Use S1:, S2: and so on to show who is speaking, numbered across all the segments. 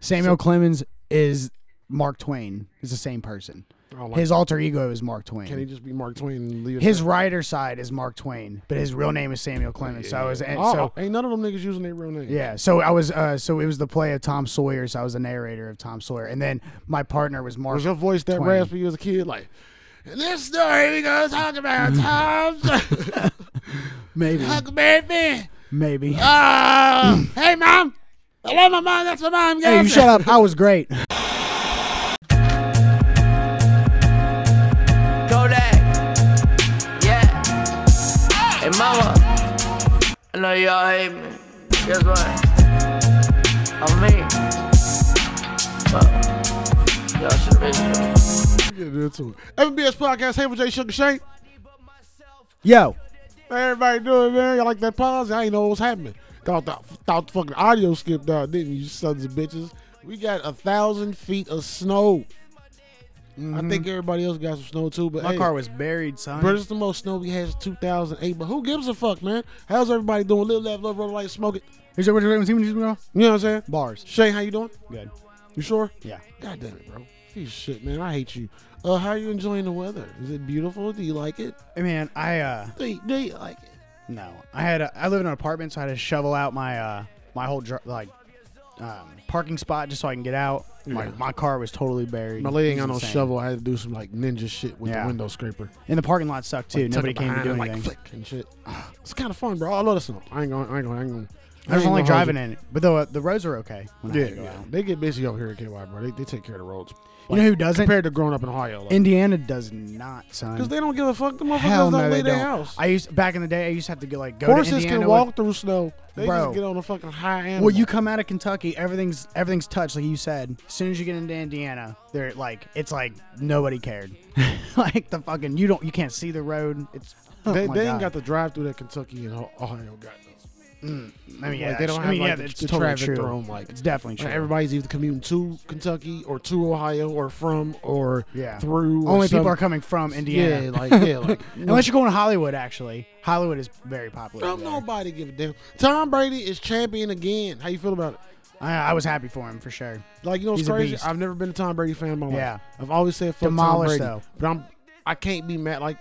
S1: Samuel Clemens is Mark Twain. Is the same person.
S2: Oh, like,
S1: His alter ego is Mark Twain.
S2: can he just be Mark Twain? And leave it
S1: his
S2: there?
S1: writer side is Mark Twain, but his real name is Samuel Clemens. So I was and
S2: oh,
S1: so
S2: ain't none of them niggas using their real name.
S1: yeah, so I was uh, so it was the play of Tom Sawyer. So I was the narrator of Tom Sawyer, and then my partner was Mark.
S2: Was your voice that
S1: Twain.
S2: raspy as a kid? Like, in this story, we gonna talk about Tom's
S1: Maybe,
S2: Huckleberry Finn.
S1: maybe.
S2: Uh, hey, mom. I love my mom. That's my mom.
S1: Hey, you shut up. I was great.
S3: Kodak. Yeah. Hey, mama. I know y'all hate me. Guess what? I'm me. But y'all should have been sure.
S2: Get into it. FBS Podcast, Hey, with J. Sugar Shank.
S1: Yo,
S2: How everybody doing, man? Y'all like that pause? I ain't know what was happening. Thought the, thought the fucking audio skipped out, didn't you, sons of bitches? We got a thousand feet of snow. I think everybody else got some snow too, but
S1: Mm-hmm. my
S2: hey,
S1: car was buried, son.
S2: Bro, this is the most snow we had since 2008. But who gives a fuck, man? How's everybody doing? Little left, love, roll, light, smoke it.
S1: Is that what you're doing? You know?
S2: You know what I'm saying?
S1: Bars.
S2: Shay, how you doing?
S1: Good.
S2: You sure?
S1: Yeah.
S2: God damn it, bro. Piece of shit, man. I hate you. Uh, how are you enjoying the weather? Is it beautiful? Do you like it?
S1: Hey, man, I uh,
S2: Do you, do you like it?
S1: No, I had a, I live in an apartment, so I had to shovel out my uh my whole dr- like um, parking spot just so I can get out. My,
S2: Yeah.
S1: my car was totally buried.
S2: My lady ain't
S1: It
S2: got
S1: was
S2: no
S1: insane.
S2: shovel. I had to do some like ninja shit with
S1: Yeah.
S2: the window scraper.
S1: and the parking lot sucked too.
S2: Like, tuck
S1: Nobody
S2: it
S1: came to
S2: behind
S1: do
S2: and,
S1: anything.
S2: Like flick and shit. Ah, It's kind of fun, bro. I love the snow. I ain't going. I ain't going. I ain't going.
S1: I just don't like driving in it, but the the roads are okay. When I
S2: Yeah,
S1: had to go
S2: yeah.
S1: out.
S2: They get busy over here at KY, bro. They, they take care of the roads.
S1: You know who doesn't?
S2: Compared to growing up in Ohio, like,
S1: Indiana does not,
S2: Because
S1: son.
S2: they don't give a fuck. The motherfuckers
S1: Hell
S2: don't
S1: no,
S2: lay
S1: they
S2: their
S1: don't.
S2: house.
S1: I used back in the day. I used to have to get like go to
S2: Horses
S1: Indiana.
S2: can
S1: with-
S2: walk through snow. They
S1: Bro.
S2: just get on a fucking high end.
S1: Well, you come out of Kentucky, everything's everything's touched, like you said. As soon as you get into Indiana, they're like it's like nobody cared. like the fucking you don't you can't see the road. It's oh
S2: they,
S1: my
S2: they
S1: God.
S2: ain't got the drive through that Kentucky and Ho- Ohio got.
S1: I mean, yeah,
S2: like, they don't
S1: I
S2: have,
S1: mean,
S2: like,
S1: yeah,
S2: the-
S1: it's
S2: the
S1: totally
S2: traffic
S1: true.
S2: thrown, like-
S1: it's definitely true.
S2: Like, everybody's either commuting to Kentucky or to Ohio or from or
S1: yeah,
S2: through. or
S1: only people
S2: some-
S1: are coming from Indiana.
S2: Yeah, like yeah, like
S1: Unless you're going to Hollywood, actually, Hollywood is very popular.
S2: Don't
S1: over there.
S2: nobody give a damn. Tom Brady is champion again. How you feel about it?
S1: I, I was happy for him for sure.
S2: Like you know, what's
S1: He's a
S2: crazy.
S1: beast.
S2: I've never been a Tom Brady fan in my life.
S1: Yeah.
S2: I've always said fuck
S1: Demolished,
S2: Tom
S1: though.
S2: Brady, but I'm I can't be mad. Like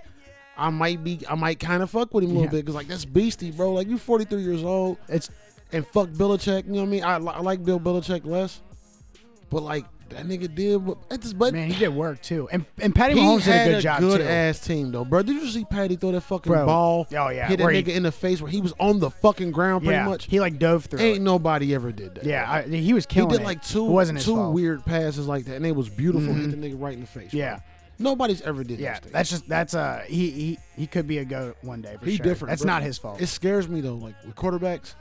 S2: I might be, I might kind of fuck with him a little
S1: Yeah.
S2: bit because like that's beastie, bro. Like you 43 years old
S1: It's
S2: and fuck Belichick. You know what I mean? I, li- I like Bill Belichick less, but like that nigga did. what- That's his but
S1: man, he did work too, and and Patty
S2: he
S1: Mahomes did
S2: had
S1: a good job too.
S2: ass team though, bro. Did you see Patty throw that fucking
S1: Bro.
S2: ball?
S1: Oh, yeah,
S2: hit that
S1: where he-
S2: nigga in the face where he was on the fucking ground pretty
S1: yeah,
S2: much.
S1: he like dove through.
S2: Ain't
S1: it.
S2: nobody ever did that.
S1: Yeah, I,
S2: bro.
S1: he was
S2: He
S1: killing.
S2: did
S1: it.
S2: like two,
S1: It wasn't his
S2: two
S1: fault. Mm-hmm.
S2: weird passes like that, and it was beautiful. Hit the nigga right in the face. bro.
S1: Yeah.
S2: nobody's ever did.
S1: Yeah,
S2: those things.
S1: that's just that's uh he he, he could be a goat one day for
S2: he
S1: sure.
S2: different.
S1: That's
S2: bro.
S1: not his fault.
S2: It scares me though. Like with quarterbacks,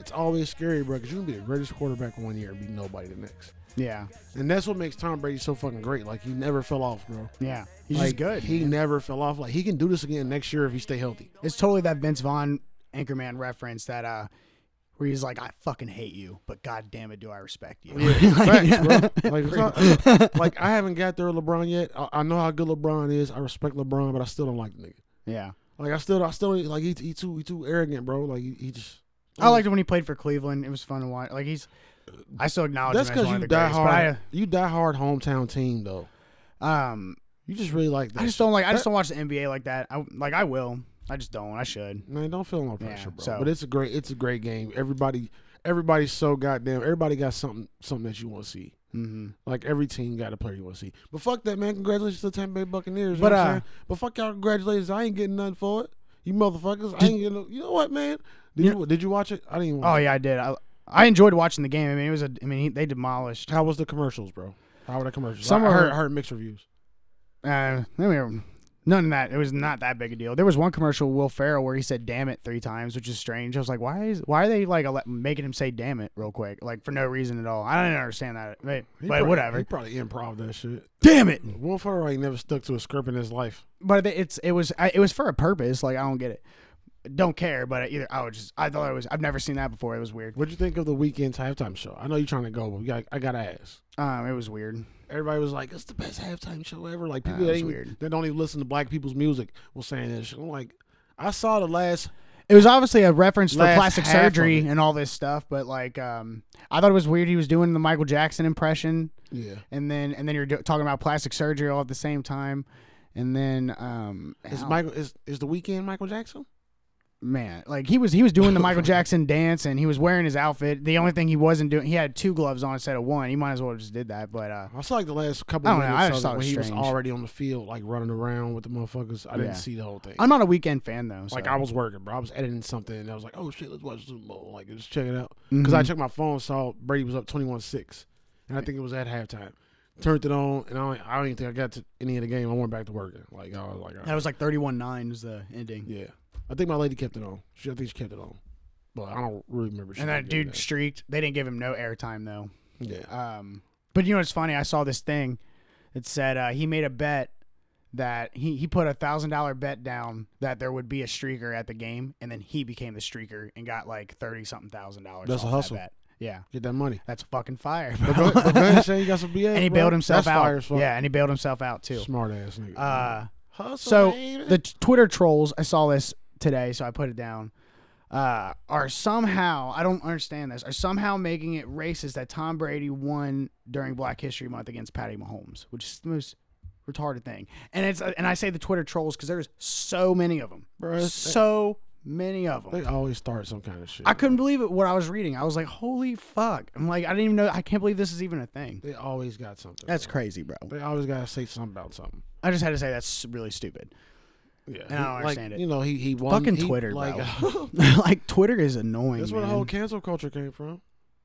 S2: it's always scary, bro. Because you can be the greatest quarterback one year and be nobody the next,
S1: yeah,
S2: and that's what makes Tom Brady so fucking great. Like he never fell off, bro.
S1: yeah, he's
S2: like,
S1: just good.
S2: He
S1: man.
S2: never fell off. Like he can do this again next year if he stay healthy.
S1: it's totally that Vince Vaughn Anchorman reference that uh where he's like, I fucking hate you, but god damn it, do I respect you?
S2: Facts, bro. Like, it's not- like, I haven't got there with LeBron yet. I, I know how good LeBron is. I respect LeBron, but I still don't like the nigga.
S1: yeah,
S2: Like I still, I still like he, he too, he too arrogant, bro. Like he, he just.
S1: I liked it when he played for Cleveland. It was fun to watch. Like he's, I still acknowledge
S2: That's
S1: him as
S2: because
S1: one of
S2: you
S1: the
S2: die
S1: greatest, but uh,
S2: hard. You die hard hometown team though.
S1: I, um,
S2: You just really like that.
S1: I just don't like. I just don't watch the NBA like that. I like I will. I just don't. I should.
S2: Man, don't feel no
S1: Yeah,
S2: pressure, bro.
S1: so-
S2: But it's a great, it's a great game. Everybody, everybody's so goddamn. Everybody got something, something that you want to see.
S1: Mm-hmm.
S2: Like every team got a player you want to see. But fuck that, man. Congratulations to the Tampa Bay Buccaneers. You
S1: But,
S2: know what
S1: uh,
S2: I'm saying? but fuck y'all. Congratulations. I ain't getting nothing for it. You motherfuckers. I ain't getting. No, you know what, man? Did
S1: You-
S2: you did you watch it? I didn't. Even watch
S1: Oh
S2: it.
S1: yeah, I did. I I enjoyed watching the game. I mean, it was a. I mean, he, they demolished.
S2: How was the commercials, bro? How were the commercials?
S1: Some
S2: I
S1: were-
S2: heard, heard mixed reviews.
S1: Uh, I mean, none of that. It was not that big a deal. There was one commercial, Will Ferrell, where he said "damn it" three times, which is strange. I was like, why is why are they like ele- making him say "damn it" real quick, like for no reason at all? I don't understand that, but,
S2: He
S1: but
S2: probably-
S1: whatever.
S2: He probably improv that shit.
S1: damn it!
S2: Will Ferrell ain't never stuck to a script in his life.
S1: But it- it's it was I, it was for a purpose. Like I don't get it. Don't care, but either I would just I thought it was I've never seen that before. It was weird.
S2: What'd you think of the weekend's halftime show? I know you're trying to go, but we got, I gotta ask.
S1: Um, it was weird.
S2: Everybody was like, "It's the best halftime show ever." Like people
S1: Ah,
S2: that,
S1: that's
S2: ain't-
S1: weird.
S2: that don't even listen to black people's music was saying this. shit. I'm like, I saw the last
S1: It was obviously a reference for
S2: Last
S1: plastic
S2: half of
S1: surgery
S2: it.
S1: and all this stuff, but like, um, I thought it was weird he was doing the Michael Jackson impression,
S2: Yeah.
S1: and then and then you're do- talking about plastic surgery all at the same time, and then um,
S2: Is
S1: how-
S2: Michael is is the weekend Michael Jackson?
S1: man, like he was he was doing the Michael Jackson dance and he was wearing his outfit. The only thing he wasn't doing, he had two gloves on instead of one. He might as well have just did that, but uh,
S2: I saw like the last couple.
S1: I
S2: of
S1: don't know,
S2: minutes
S1: I just
S2: of it
S1: thought it
S2: when
S1: was
S2: he was
S1: strange.
S2: already on the field, like running around with the motherfuckers. I
S1: Yeah.
S2: didn't see the whole thing.
S1: I'm not a weekend fan though.
S2: like
S1: so.
S2: I was working, bro. I was editing something, and I was like, "Oh shit, let's watch the Super Bowl." Like, just check it out. Because I
S1: Mhm.
S2: checked my phone, saw Brady was up twenty-one-six, and I think it was at halftime. Turned it on, and I don't, I don't even think I got to any of the game. I went back to working. Like, I was like, all right.
S1: that was like 31-9 was the ending.
S2: "Yeah." I think my lady kept it on. She, I think she kept it on, but I don't really remember. She
S1: And that
S2: did
S1: dude streaked. They didn't give him no airtime though.
S2: Yeah.
S1: Um, but you know what's funny? I saw this thing that said uh, he made a bet that he, he put a thousand dollar bet down that there would be a streaker at the game, and then he became the streaker and got like thirty something thousand dollars.
S2: That's a
S1: off
S2: hustle.
S1: That bet. Yeah,
S2: Get that money.
S1: that's fucking fire.
S2: But
S1: bro.
S2: go- but go ahead, Shane, you got some BS,
S1: and he
S2: bro.
S1: bailed himself
S2: That's
S1: out.
S2: Fire as fuck.
S1: Yeah, and he bailed himself out too.
S2: Smart ass nigga.
S1: Uh,
S2: Hustle,
S1: so
S2: baby.
S1: the t- Twitter trolls, I saw this today, so I put it down. Uh, are somehow I don't understand this. Are somehow making it racist that Tom Brady won during Black History Month against Patty Mahomes, which is the most retarded thing. And it's uh, and I say the Twitter trolls because there's so many of them,
S2: Bro, it's-
S1: so many of them.
S2: they always start some kind of shit.
S1: I couldn't believe it what I was reading. I was like, holy fuck! I'm like, I didn't even know. I can't believe this is even a thing.
S2: They always got something.
S1: That's
S2: bro.
S1: crazy, bro.
S2: They always gotta say something about something.
S1: I just had to say that's really stupid.
S2: Yeah,
S1: And I don't
S2: He-
S1: understand
S2: like,
S1: it.
S2: You know, he he won.
S1: Fucking
S2: he-
S1: Twitter,
S2: like,
S1: bro. like Twitter is annoying.
S2: that's where the
S1: man.
S2: whole cancel culture came from.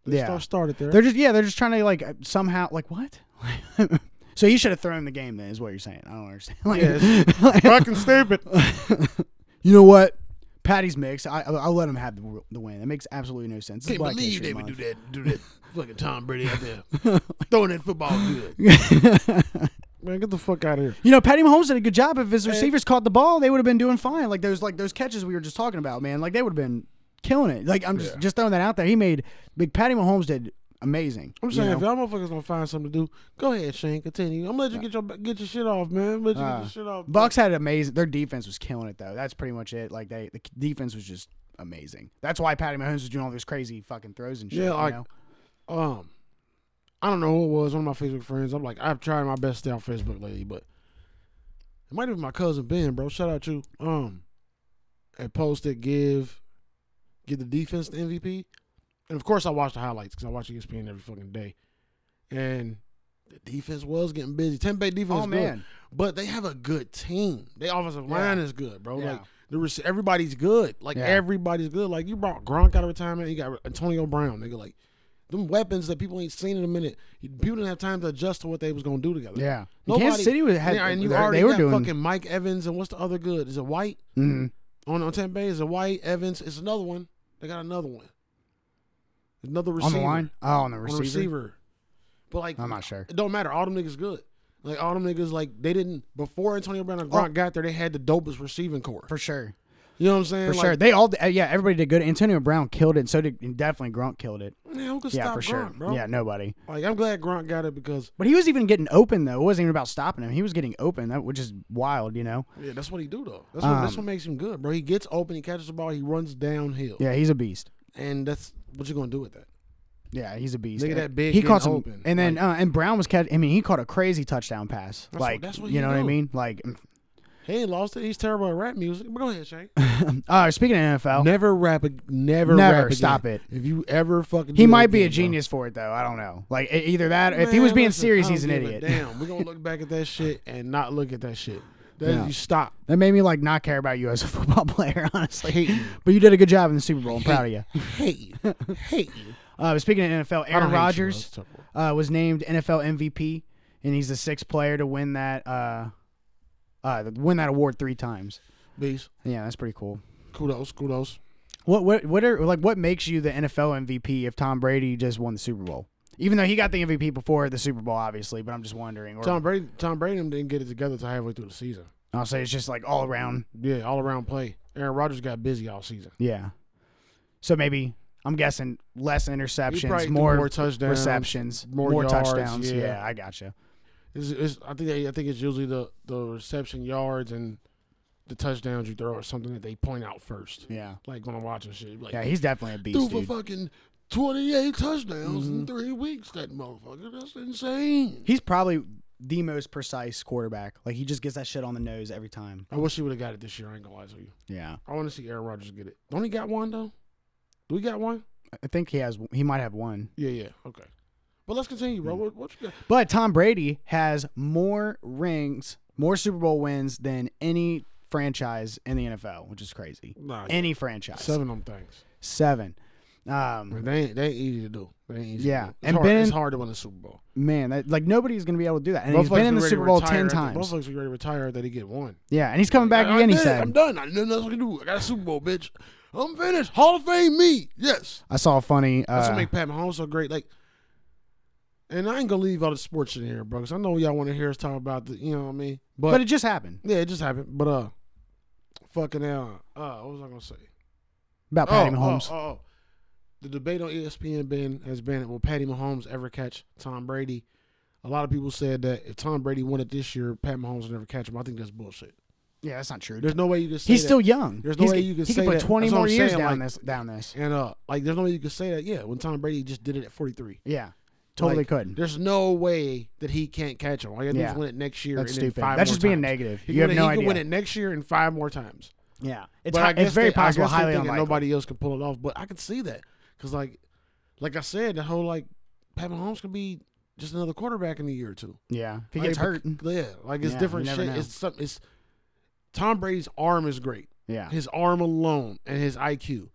S2: They
S1: Yeah.
S2: yeah, started there.
S1: They're just yeah, they're just trying to like uh, somehow like what? so you should have thrown the game then, is what you're saying. I don't understand. Like,
S2: Yeah, it's fucking stupid.
S1: you know what? Patty's mix. I I'll I'll let him have the, the win. That makes absolutely no sense. It's
S2: Can't
S1: Black
S2: believe
S1: History
S2: they would do
S1: Month.
S2: that. Do that. fucking Tom Brady out there throwing that football good. Man, get the fuck out of here.
S1: you know, Patty Mahomes did a good job. If his receivers caught the ball, they would have been doing fine. Like those like those catches we were just talking about, man. Like they would have been killing it. Like I'm just
S2: Yeah.
S1: just throwing that out there. He made big Patty Mahomes did amazing.
S2: I'm
S1: you
S2: saying
S1: know?
S2: if y'all motherfuckers gonna find something to do, go ahead, Shane. Continue. I'm gonna let you get your get your shit off, man. I'm gonna let you get
S1: Uh,
S2: your shit off.
S1: Bucks had amazing. Their defense was killing it though. That's pretty much it. Like they, the defense was just amazing. That's why Patty Mahomes was doing all those crazy fucking throws and shit.
S2: Yeah, like-
S1: you know?
S2: um, I don't know who it was. One of my Facebook friends. I'm like, I've tried my best to stay on Facebook lately, but it might have been my cousin Ben, bro. Shout out to um, and posted give give the defense the MVP, and of course I watch the highlights because I watch E ESPN every fucking day, and the defense was getting busy. Tempe defense,
S1: oh
S2: good,
S1: man,
S2: but they have a good team. The offensive
S1: Yeah.
S2: line is good, bro.
S1: Yeah.
S2: Like the rec- everybody's good. Like
S1: Yeah.
S2: everybody's good. Like you brought Gronk out of retirement. You got Antonio Brown. Nigga, like them weapons that people ain't seen in a minute. People didn't have time to adjust to what they was gonna do together.
S1: yeah. And
S2: Nobody-
S1: Kansas City was had.
S2: Yeah, and
S1: they-
S2: you already
S1: they were
S2: got
S1: doing.
S2: fucking Mike Evans and what's the other good? Is it White
S1: Mhm.
S2: on on Tampa Bay? Is it White Evans? It's another one. They got another one. Another
S1: on
S2: receiver
S1: the line. Oh, on the
S2: On
S1: receiver.
S2: receiver. But like
S1: I'm not sure.
S2: it don't matter. All them niggas good. Like all them niggas, like they didn't before Antonio Brown and Gronk got there. They had the dopest receiving core.
S1: Oh. For sure.
S2: You know what I'm
S1: For
S2: saying?
S1: sure. They all. uh, Yeah, everybody did good. Antonio Brown killed it. And so did and definitely Grunt killed it.
S2: Man, who could
S1: Yeah,
S2: stop
S1: for
S2: Gronk,
S1: sure.
S2: bro?
S1: Yeah, nobody.
S2: Like I'm glad Gronk got it because
S1: But he was even getting open though. It wasn't even about stopping him. He was getting open. That which is wild, you know.
S2: yeah, that's what he do though. That's what that's
S1: Um,
S2: what makes him good, bro. He gets open, he catches the ball, he runs downhill,
S1: Yeah, he's a beast.
S2: and that's what you gonna do with that.
S1: Yeah, he's a beast.
S2: Nigga
S1: And
S2: that big
S1: He
S2: getting
S1: caught some,
S2: open,
S1: and then uh, and Brown was catch. I mean, he caught a crazy touchdown pass.
S2: what-
S1: like
S2: that's what
S1: you
S2: he
S1: know what I
S2: do.
S1: mean. Like, mm,
S2: He ain't lost it. He's terrible at rap music. But go ahead, Shane.
S1: uh, speaking of NFL,
S2: never rap. ag- Never,
S1: Never.
S2: rap again.
S1: Stop it.
S2: If you ever fucking,
S1: he
S2: do that
S1: might be a
S2: again, bro.
S1: genius for it though. I don't know. Like e- either that, or if he was
S2: Man,
S1: being
S2: listen,
S1: serious,
S2: I don't
S1: he's an
S2: give a
S1: idiot.
S2: Damn, we're gonna look back at that shit and not look at that shit. That
S1: Yeah.
S2: you stop.
S1: That made me like not care about you as a football player, honestly.
S2: Hate you.
S1: But you did a good job in the Super Bowl. I'm proud of you.
S2: Hate you. Hate you.
S1: Uh, speaking of NFL,
S2: I don't
S1: Aaron
S2: hate you,
S1: Rodgers
S2: bro. It's terrible.
S1: uh, was named NFL MVP, and he's the sixth player to win that uh, uh, win that award three times.
S2: Beast.
S1: Yeah, that's pretty cool.
S2: Kudos. Kudos.
S1: What what what are like what makes you the NFL MVP if Tom Brady just won the Super Bowl? Even though he got the MVP before the Super Bowl, obviously, but I'm just wondering. Or
S2: Tom Brady. Tom Brady and them didn't get it together till halfway through the season.
S1: I'll say it's just like all around.
S2: Yeah, all around play. Aaron Rodgers got busy all season.
S1: Yeah. So maybe I'm guessing less
S2: He probably
S1: interceptions,
S2: threw
S1: more,
S2: more touchdowns,
S1: receptions,
S2: more
S1: more
S2: yards,
S1: touchdowns.
S2: yeah.
S1: Yeah. I gotcha.
S2: It's, it's, I think. I think it's usually the the reception yards and the touchdowns you throw or something that they point out first.
S1: Yeah.
S2: Like when I'm watching shit, like
S1: Yeah, he's definitely a beast,
S2: threw for
S1: dude.
S2: fucking twenty eight touchdowns in three weeks. That motherfucker, that's insane.
S1: He's probably the most precise quarterback. Like he just gets that shit on the nose every time.
S2: I wish he would have got it this year. I ain't gonna lie to you.
S1: Yeah.
S2: I want to see Aaron Rodgers get it. Don't he got one though? Do we got one?
S1: I think he has he might have one.
S2: Yeah, yeah. Okay. But let's continue, bro. What, what you got?
S1: But Tom Brady has more rings, more Super Bowl wins than any franchise in the NFL, which is crazy.
S2: Nah, yeah.
S1: Any franchise.
S2: Seven of them things.
S1: Seven. Um,
S2: They ain't, they ain't easy to do. They ain't easy.
S1: Yeah,
S2: to do. It's
S1: and
S2: hard,
S1: been in-
S2: it's hard to win a Super Bowl.
S1: man, that, like nobody's gonna be able to do that. And
S2: Both
S1: he's been in the
S2: ready
S1: Super
S2: to
S1: Bowl
S2: retire
S1: ten
S2: after-
S1: times.
S2: Motherfuckers be ready to retire that he get one.
S1: Yeah, and he's coming back
S2: I, I
S1: again. He
S2: did it. I'm
S1: said.
S2: done. I didn't know what to do. I got a Super Bowl, bitch. I'm finished. Hall of Fame me. Yes.
S1: I saw a funny.
S2: That's what
S1: Uh,
S2: make Pat Mahomes so great. Like, and I ain't gonna leave all the sports in here, bro, because I know y'all want to hear us talk about the. You know what I mean? But,
S1: but it just happened
S2: yeah, it just happened. But uh, fucking uh, uh, what was I gonna say?
S1: about
S2: Oh,
S1: Patty Mahomes.
S2: Oh, oh, oh. The debate on E ESPN been has been will Patty Mahomes ever catch Tom Brady? A lot of people said that if Tom Brady won it this year, Pat Mahomes will never catch him. I think that's bullshit.
S1: Yeah, that's not true.
S2: There's no way you can say
S1: he's
S2: that.
S1: still young.
S2: There's no
S1: He's-
S2: way you can
S1: he
S2: say
S1: put
S2: that.
S1: 20
S2: That's what
S1: more
S2: I'm
S1: years
S2: saying,
S1: down
S2: like-
S1: this. Down this.
S2: and uh like there's no way you can say that. Yeah, when Tom Brady just did it at 43.
S1: Yeah, totally
S2: Like,
S1: could.
S2: There's no way that he can't catch him. All you have to do
S1: Yeah.
S2: is win it next year.
S1: That's
S2: and then
S1: stupid.
S2: Five
S1: That's
S2: more
S1: just being
S2: times.
S1: negative.
S2: He
S1: You have
S2: can win it-
S1: no
S2: he
S1: idea.
S2: can win it next year and five more times.
S1: Yeah, it's
S2: But I
S1: hi-
S2: guess
S1: it's very
S2: they- I
S1: possible,
S2: guess they
S1: highly
S2: thinking
S1: unlikely.
S2: Nobody else can pull it off, but I could see that because, like, like I said, the whole like Pat Mahomes could be just another quarterback in a year or two.
S1: Yeah, if he
S2: Like,
S1: gets hurt.
S2: but- yeah, like it's
S1: Yeah, you
S2: different
S1: never
S2: shit.
S1: know.
S2: It's some, it's Tom Brady's arm is great.
S1: Yeah,
S2: His arm alone and his IQ,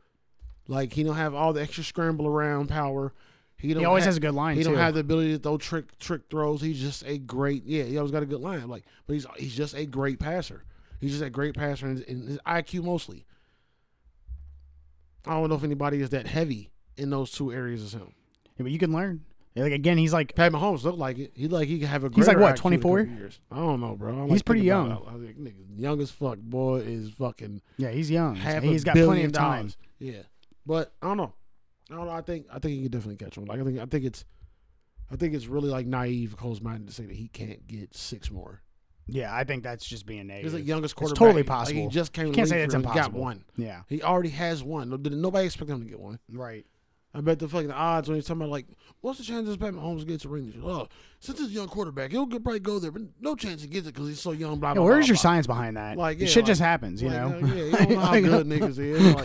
S2: like he don't have all the extra scramble around power. He don't
S1: he always
S2: ha-
S1: has a good line
S2: he
S1: too.
S2: don't have the ability to throw trick trick throws. He's just a great yeah. He always got a good line. Like, but he's he's just a great passer. He's just a great passer and, and his IQ mostly. I don't know if anybody is that heavy in those two areas as him.
S1: Yeah, but you can learn. Yeah, Like again, he's like
S2: Pat Mahomes looked like it. He like he could have a.
S1: He's like, what,
S2: greater IQ in a
S1: 24?
S2: couple years. I don't know, bro. I like
S1: He's pretty
S2: thinking
S1: young.
S2: about it. I was like, nigga, young as fuck. Boy is fucking
S1: yeah, he's young.
S2: half.
S1: He's
S2: a
S1: got
S2: billion
S1: plenty of time.
S2: dollars. Yeah, but I don't know. I don't know. I think I think he could definitely catch one. Like I think I think it's, I think it's really like naive, closed minded to say that he can't get six more.
S1: Yeah, I think that's just being negative.
S2: He's the youngest
S1: It's
S2: quarterback.
S1: totally
S2: Like,
S1: possible.
S2: he just came.
S1: You
S2: to
S1: can't
S2: the
S1: say
S2: league
S1: it's
S2: for- he Got
S1: impossible.
S2: one.
S1: yeah,
S2: He already has one. No- did- Nobody expected him to get one.
S1: right.
S2: I bet the fucking odds when he's talking about like, what's the chances Pat Mahomes gets a ring? this year? Oh, since he's a young quarterback, he'll get- probably go there, but no chance he gets it because he's so young. Blah
S1: Yeah,
S2: blah.
S1: where's
S2: blah,
S1: your
S2: blah.
S1: science behind that?
S2: Like,
S1: Like,
S2: yeah,
S1: shit
S2: like-
S1: just happens, you
S2: Like,
S1: know.
S2: uh, yeah, you don't know how
S1: Like,
S2: good niggas is. Like,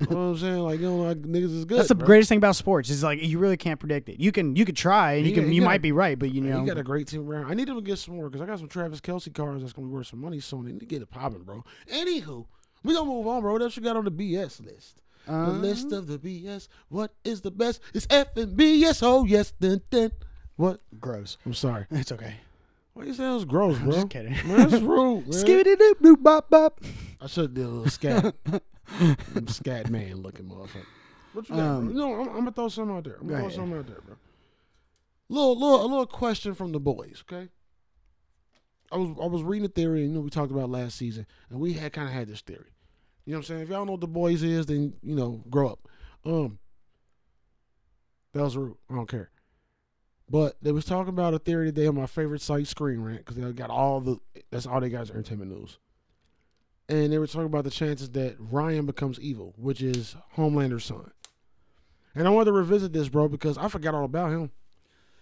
S2: you know what I'm saying? Like, you don't know how niggas is good.
S1: That's the
S2: bro.
S1: greatest thing about sports is like you really can't predict it. You can you could try and you
S2: He-
S1: can
S2: he
S1: you
S2: got
S1: might
S2: a-
S1: be right, but you
S2: Man,
S1: know
S2: He got a great team around. I need him to get some more because I got some Travis Kelsey cards that's gonna be worth some money soon. They need to get it popping, bro. Anywho, we gonna move on, bro. What else you got on the BS list? the
S1: Um,
S2: list of the BS. What is the best? It's F and BS. Oh yes, dun, dun. What?
S1: gross.
S2: I'm sorry.
S1: It's okay.
S2: Why you saying it was gross, bro?
S1: just kidding.
S2: Man, that's rude. Man.
S1: Skibidi doop doop bop bop.
S2: I should do a little scat. I'm scat man looking motherfucker. What you got,
S1: Um,
S2: bro? No, I'm, I'm gonna throw something out there. I'm
S1: go
S2: gonna throw
S1: ahead.
S2: something out there, bro. Little, little, a little question from the boys, okay? I was, I was reading a theory, you know, we talked about last season, and we had kind of had this theory. You know what I'm saying? If y'all know what the boys is, then you know, grow up. Um, that was rude. I don't care. But they was talking about a theory today on my favorite site, Screen Rant, because they got all the that's all they got is entertainment news and they were talking about the chances that Ryan becomes evil, which is Homelander's son. And I wanted to revisit this, bro, because I forgot all about him.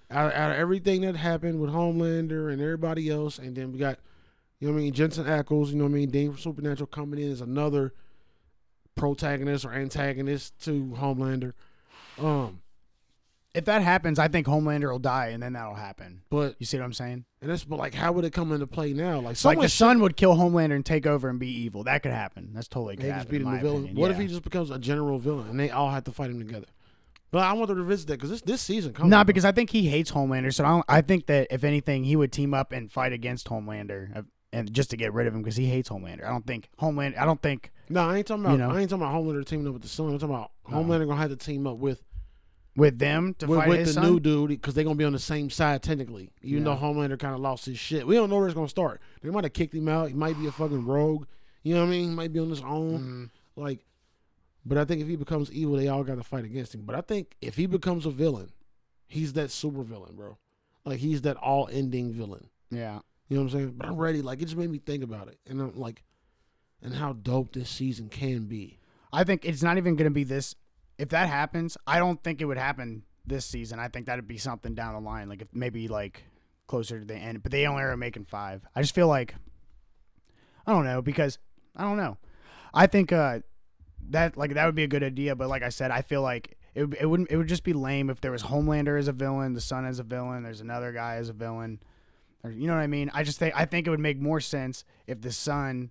S2: Out, out of everything that happened with Homelander and everybody else, and then we got, you know what I mean, Jensen Ackles, you know what I mean, Dean from Supernatural coming in as another protagonist or antagonist to Homelander. Um,
S1: If that happens, I think Homelander will die, and then that'll happen.
S2: but
S1: You see what I'm saying?
S2: and that's but like, how would it come into play now? Like,
S1: like
S2: someone
S1: the son would kill Homelander and take over and be evil. That could happen. That's totally could
S2: They
S1: happen.
S2: just be
S1: in
S2: the
S1: my
S2: new villain.
S1: opinion.
S2: What
S1: Yeah.
S2: if he just becomes a general villain and they all have to fight him together? But I want to revisit that because this this season coming.
S1: Not
S2: bro.
S1: because I think he hates Homelander, so I, don't, I think that if anything, he would team up and fight against Homelander, uh, and just to get rid of him because he hates Homelander. I don't think Homelander. I don't think.
S2: no, I ain't talking about.
S1: you know.
S2: I ain't talking about Homelander teaming up with the son. I'm talking about Homelander gonna have to team up with
S1: with them to
S2: with,
S1: fight
S2: with
S1: his
S2: the
S1: son?
S2: new dude because they're gonna be on the same side technically. Even though Homelander kind of lost his shit, we don't know where it's gonna start. They might have kicked him out. He might be a fucking rogue. You know what I mean? He might be on his own.
S1: Mm-hmm.
S2: Like, but I think if he becomes evil, they all got to fight against him. But I think if he becomes a villain, he's that super villain, bro. Like he's that all-ending villain.
S1: Yeah,
S2: You know what I'm saying? But I'm ready. Like it just made me think about it, and I'm like, and how dope this season can be.
S1: I think it's not even going to be this. If that happens, I don't think it would happen this season. I think that'd be something down the line, like if maybe like closer to the end. But they only are making five. I just feel like I don't know because I don't know. I think uh that like that would be a good idea, but like I said, I feel like it, would- it wouldn't. It would just be lame if there was Homelander as a villain, the Sun as a villain, there's another guy as a villain. Or, you know what I mean? I just think I think it would make more sense if the Sun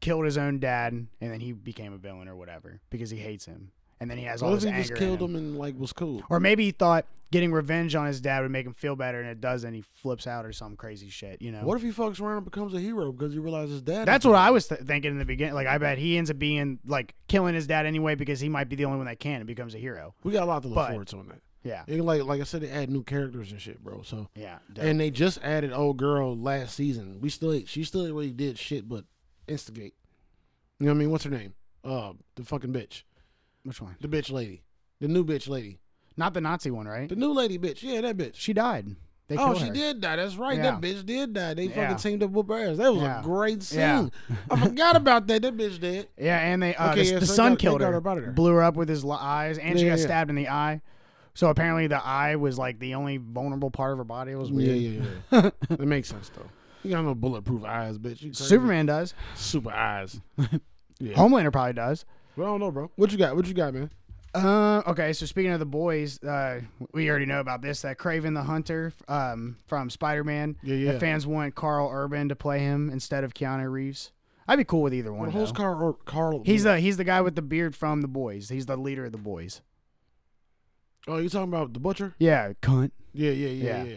S1: killed his own dad and then he became a villain or whatever because he hates him, and then he has all
S2: What if
S1: this
S2: he
S1: anger.
S2: just
S1: in
S2: killed
S1: him.
S2: him and like was cool?
S1: Or maybe he thought getting revenge on his dad would make him feel better, and it doesn't. He flips out or some crazy shit, you know.
S2: What if he fucks around and becomes a hero because he realizes dad?
S1: That's what I was th- thinking in the beginning. Like, I bet he ends up being like killing his dad anyway because he might be the only one that can and becomes a hero.
S2: we got a lot to look
S1: but-
S2: forward to on that.
S1: Yeah,
S2: And like like I said, they add new characters and shit, bro. So
S1: yeah. dope.
S2: and they just added old girl last season. We still ain't- she still ain't really did shit but instigate. You know what I mean? What's her name? Uh, the fucking bitch,
S1: Which one?
S2: the bitch lady, the new bitch lady,
S1: Not the Nazi one, right?
S2: the new lady bitch. Yeah, that bitch.
S1: She died. They
S2: oh,
S1: killed
S2: she
S1: her.
S2: did die. That's right. That
S1: Yeah.
S2: bitch did die. They
S1: Yeah.
S2: fucking teamed up with bears. That was
S1: Yeah.
S2: a great scene.
S1: Yeah.
S2: I forgot about that. That bitch dead.
S1: Yeah, and they uh,
S2: Okay,
S1: the,
S2: yeah,
S1: the
S2: so they
S1: son
S2: got- they
S1: killed
S2: got
S1: her,
S2: her body there.
S1: blew her up with his li- eyes, and she
S2: Yeah,
S1: got
S2: yeah.
S1: stabbed in the eye. So apparently, the eye was like the only vulnerable part of her body. It was
S2: Yeah,
S1: weird.
S2: yeah, yeah. that makes sense though. You got no bulletproof eyes, bitch. You crazy.
S1: Superman Oh. does.
S2: super eyes. Yeah.
S1: Homelander probably does.
S2: Well, I don't know, bro. What you got? What you got, man?
S1: Uh, okay, so speaking of the boys, uh, we already know about this. That Craven the Hunter um, from Spider Man.
S2: Yeah, yeah.
S1: The fans want Carl Urban to play him instead of Keanu Reeves. I'd be cool with either one.
S2: Who's
S1: though.
S2: Carl? Or Carl?
S1: he's the he's the guy with the beard from the boys. He's the leader of the boys.
S2: Oh, you talking about the butcher?
S1: Yeah, cunt.
S2: Yeah, yeah, yeah,
S1: Yeah.
S2: yeah.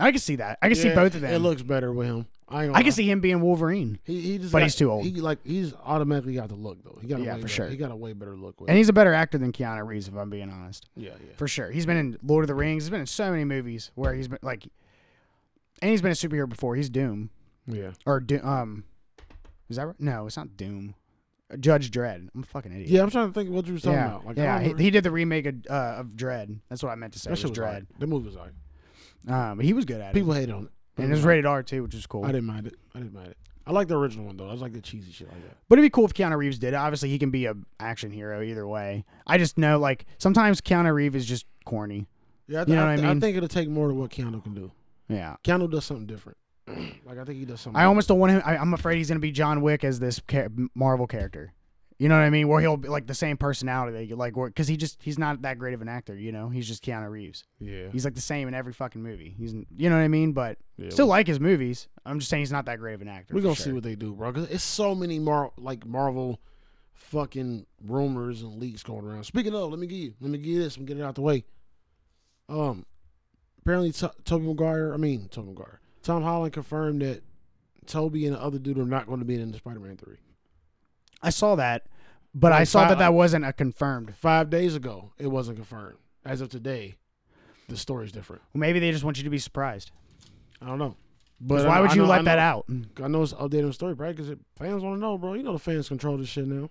S1: I can see that. I can see
S2: Yeah,
S1: both of them.
S2: It looks better with him. I, ain't gonna
S1: I can
S2: lie.
S1: see him being Wolverine,
S2: He, he just
S1: but
S2: got-
S1: he's too old.
S2: He like he's automatically got the look though. He got a
S1: Yeah,
S2: way
S1: for
S2: better,
S1: sure.
S2: He got a way better look. With
S1: and he's a better actor than Keanu Reeves, if I'm being honest.
S2: yeah, yeah.
S1: for sure. He's been in Lord of the Rings. He's been in so many movies where he's been like, and he's been a superhero before. He's Doom.
S2: Yeah.
S1: or do- um, is that right? No, it's not Doom. Judge Dredd. I'm a fucking idiot.
S2: Yeah, I'm trying to think what you were talking
S1: yeah,
S2: about. Like, I
S1: yeah.
S2: don't
S1: He,
S2: remember-
S1: he did the remake of, uh, of Dredd. That's what I meant to say.
S2: that
S1: It
S2: shit
S1: was
S2: was alright.
S1: Dredd.
S2: The movie was alright.
S1: Um, but he was good at
S2: People hated on it.
S1: it, and it was rated R too, which is cool.
S2: I didn't mind it. I didn't mind it. I like the original one though. I was like the cheesy shit like that.
S1: But it'd be cool if Keanu Reeves did. it. Obviously, he can be a action hero either way. I just know like sometimes Keanu Reeves is just corny.
S2: Yeah, I,
S1: You know
S2: I,
S1: what I
S2: th-
S1: mean?
S2: think it'll take more than what Keanu can do.
S1: Yeah.
S2: Keanu does something different. like I think he does something.
S1: I almost don't want him. I, I'm afraid he's gonna be John Wick as this char- Marvel character. You know what I mean? Where he'll be like the same personality, that you like, because he just he's not that great of an actor. You know, he's just Keanu Reeves.
S2: Yeah.
S1: He's like the same in every fucking movie. He's, you know what I mean? But
S2: Yeah,
S1: still like his movies. I'm just saying he's not that great of an actor.
S2: We're
S1: for
S2: gonna
S1: sure.
S2: see what they do, bro. Because it's so many Mar- like Marvel fucking rumors and leaks going around. Speaking of, let me give you, let me give you this and get it out the way. Um, apparently, to- Toby Maguire, I mean Toby Maguire, Tom Holland confirmed that Toby and the other dude are not going to be in the Spider-Man three.
S1: I saw that, but I
S2: Like,
S1: saw
S2: fi-
S1: that that wasn't a confirmed.
S2: Five days ago, it wasn't confirmed. As of today, the story's different.
S1: Well, maybe they just want you to be surprised.
S2: I don't know.
S1: 'Cause
S2: But
S1: why
S2: I-
S1: would
S2: I
S1: you
S2: know- I
S1: let that
S2: know-
S1: out?
S2: I know it's updating the story, right? Because fans want to know, bro. You know the fans control this shit now.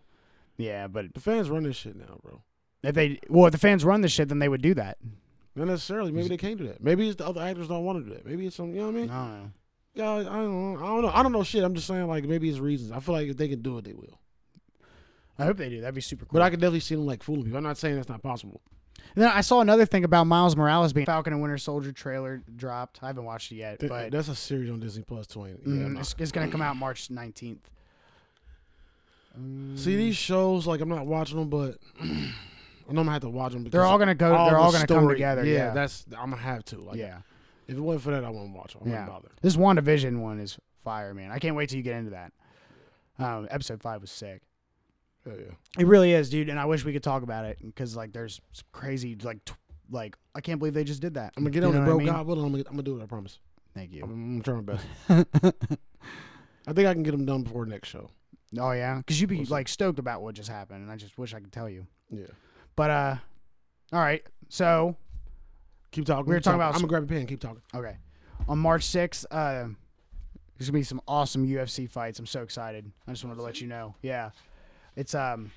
S1: Yeah, but
S2: The fans run this shit now, bro.
S1: if they well, if the fans run the shit, then they would do that.
S2: Not necessarily. Maybe they can't do that. Maybe it's the other actors don't want to do that. Maybe it's some. You know what I
S1: I
S2: mean?
S1: don't know.
S2: Yeah, I don't. Know. I don't know. I don't know shit. I'm just saying like maybe it's reasons. I feel like if they can do it, they will.
S1: I hope they do. That'd be super cool.
S2: But I can definitely see them like fooling people. I'm not saying that's not possible.
S1: And then I saw another thing about Miles Morales being Falcon and Winter Soldier trailer dropped. I haven't watched it yet,
S2: Th-
S1: but
S2: that's a series on Disney Plus. Twain. Yeah,
S1: mm,
S2: I'm not-
S1: it's, it's gonna come out March nineteenth.
S2: See these shows like I'm not watching them, but I know I'm gonna have to watch them. Because
S1: They're all gonna go. they're
S2: the
S1: all gonna come
S2: story-
S1: together.
S2: Yeah,
S1: Yeah,
S2: that's I'm gonna have to. Like,
S1: yeah,
S2: If it wasn't for that, I wouldn't watch. them. I wouldn't
S1: yeah.
S2: bother.
S1: This WandaVision one is fire, man. I can't wait till you get into that. Um, episode five was sick.
S2: Hell yeah.
S1: It really is, dude. And I wish we could talk about it because like there's some crazy like tw- like I can't believe they just did that.
S2: I'm gonna get
S1: You
S2: on
S1: know
S2: it,
S1: what I
S2: bro.
S1: mean?
S2: God willing, I'm gonna, I'm gonna do it. I promise.
S1: Thank
S2: I'm,
S1: you.
S2: I'm trying my best. I think I can get them done before next show.
S1: Oh yeah, because you'd be
S2: Awesome.
S1: like stoked about what just happened, and I just wish I could tell you.
S2: Yeah.
S1: But uh, all right. So
S2: Keep talking.
S1: We were
S2: keep
S1: talking about-
S2: I'm gonna grab a pen. Keep talking.
S1: Okay. On March 6th, uh, there's gonna be some awesome UFC fights. I'm so excited. I just wanted to let you know. Yeah, it's um,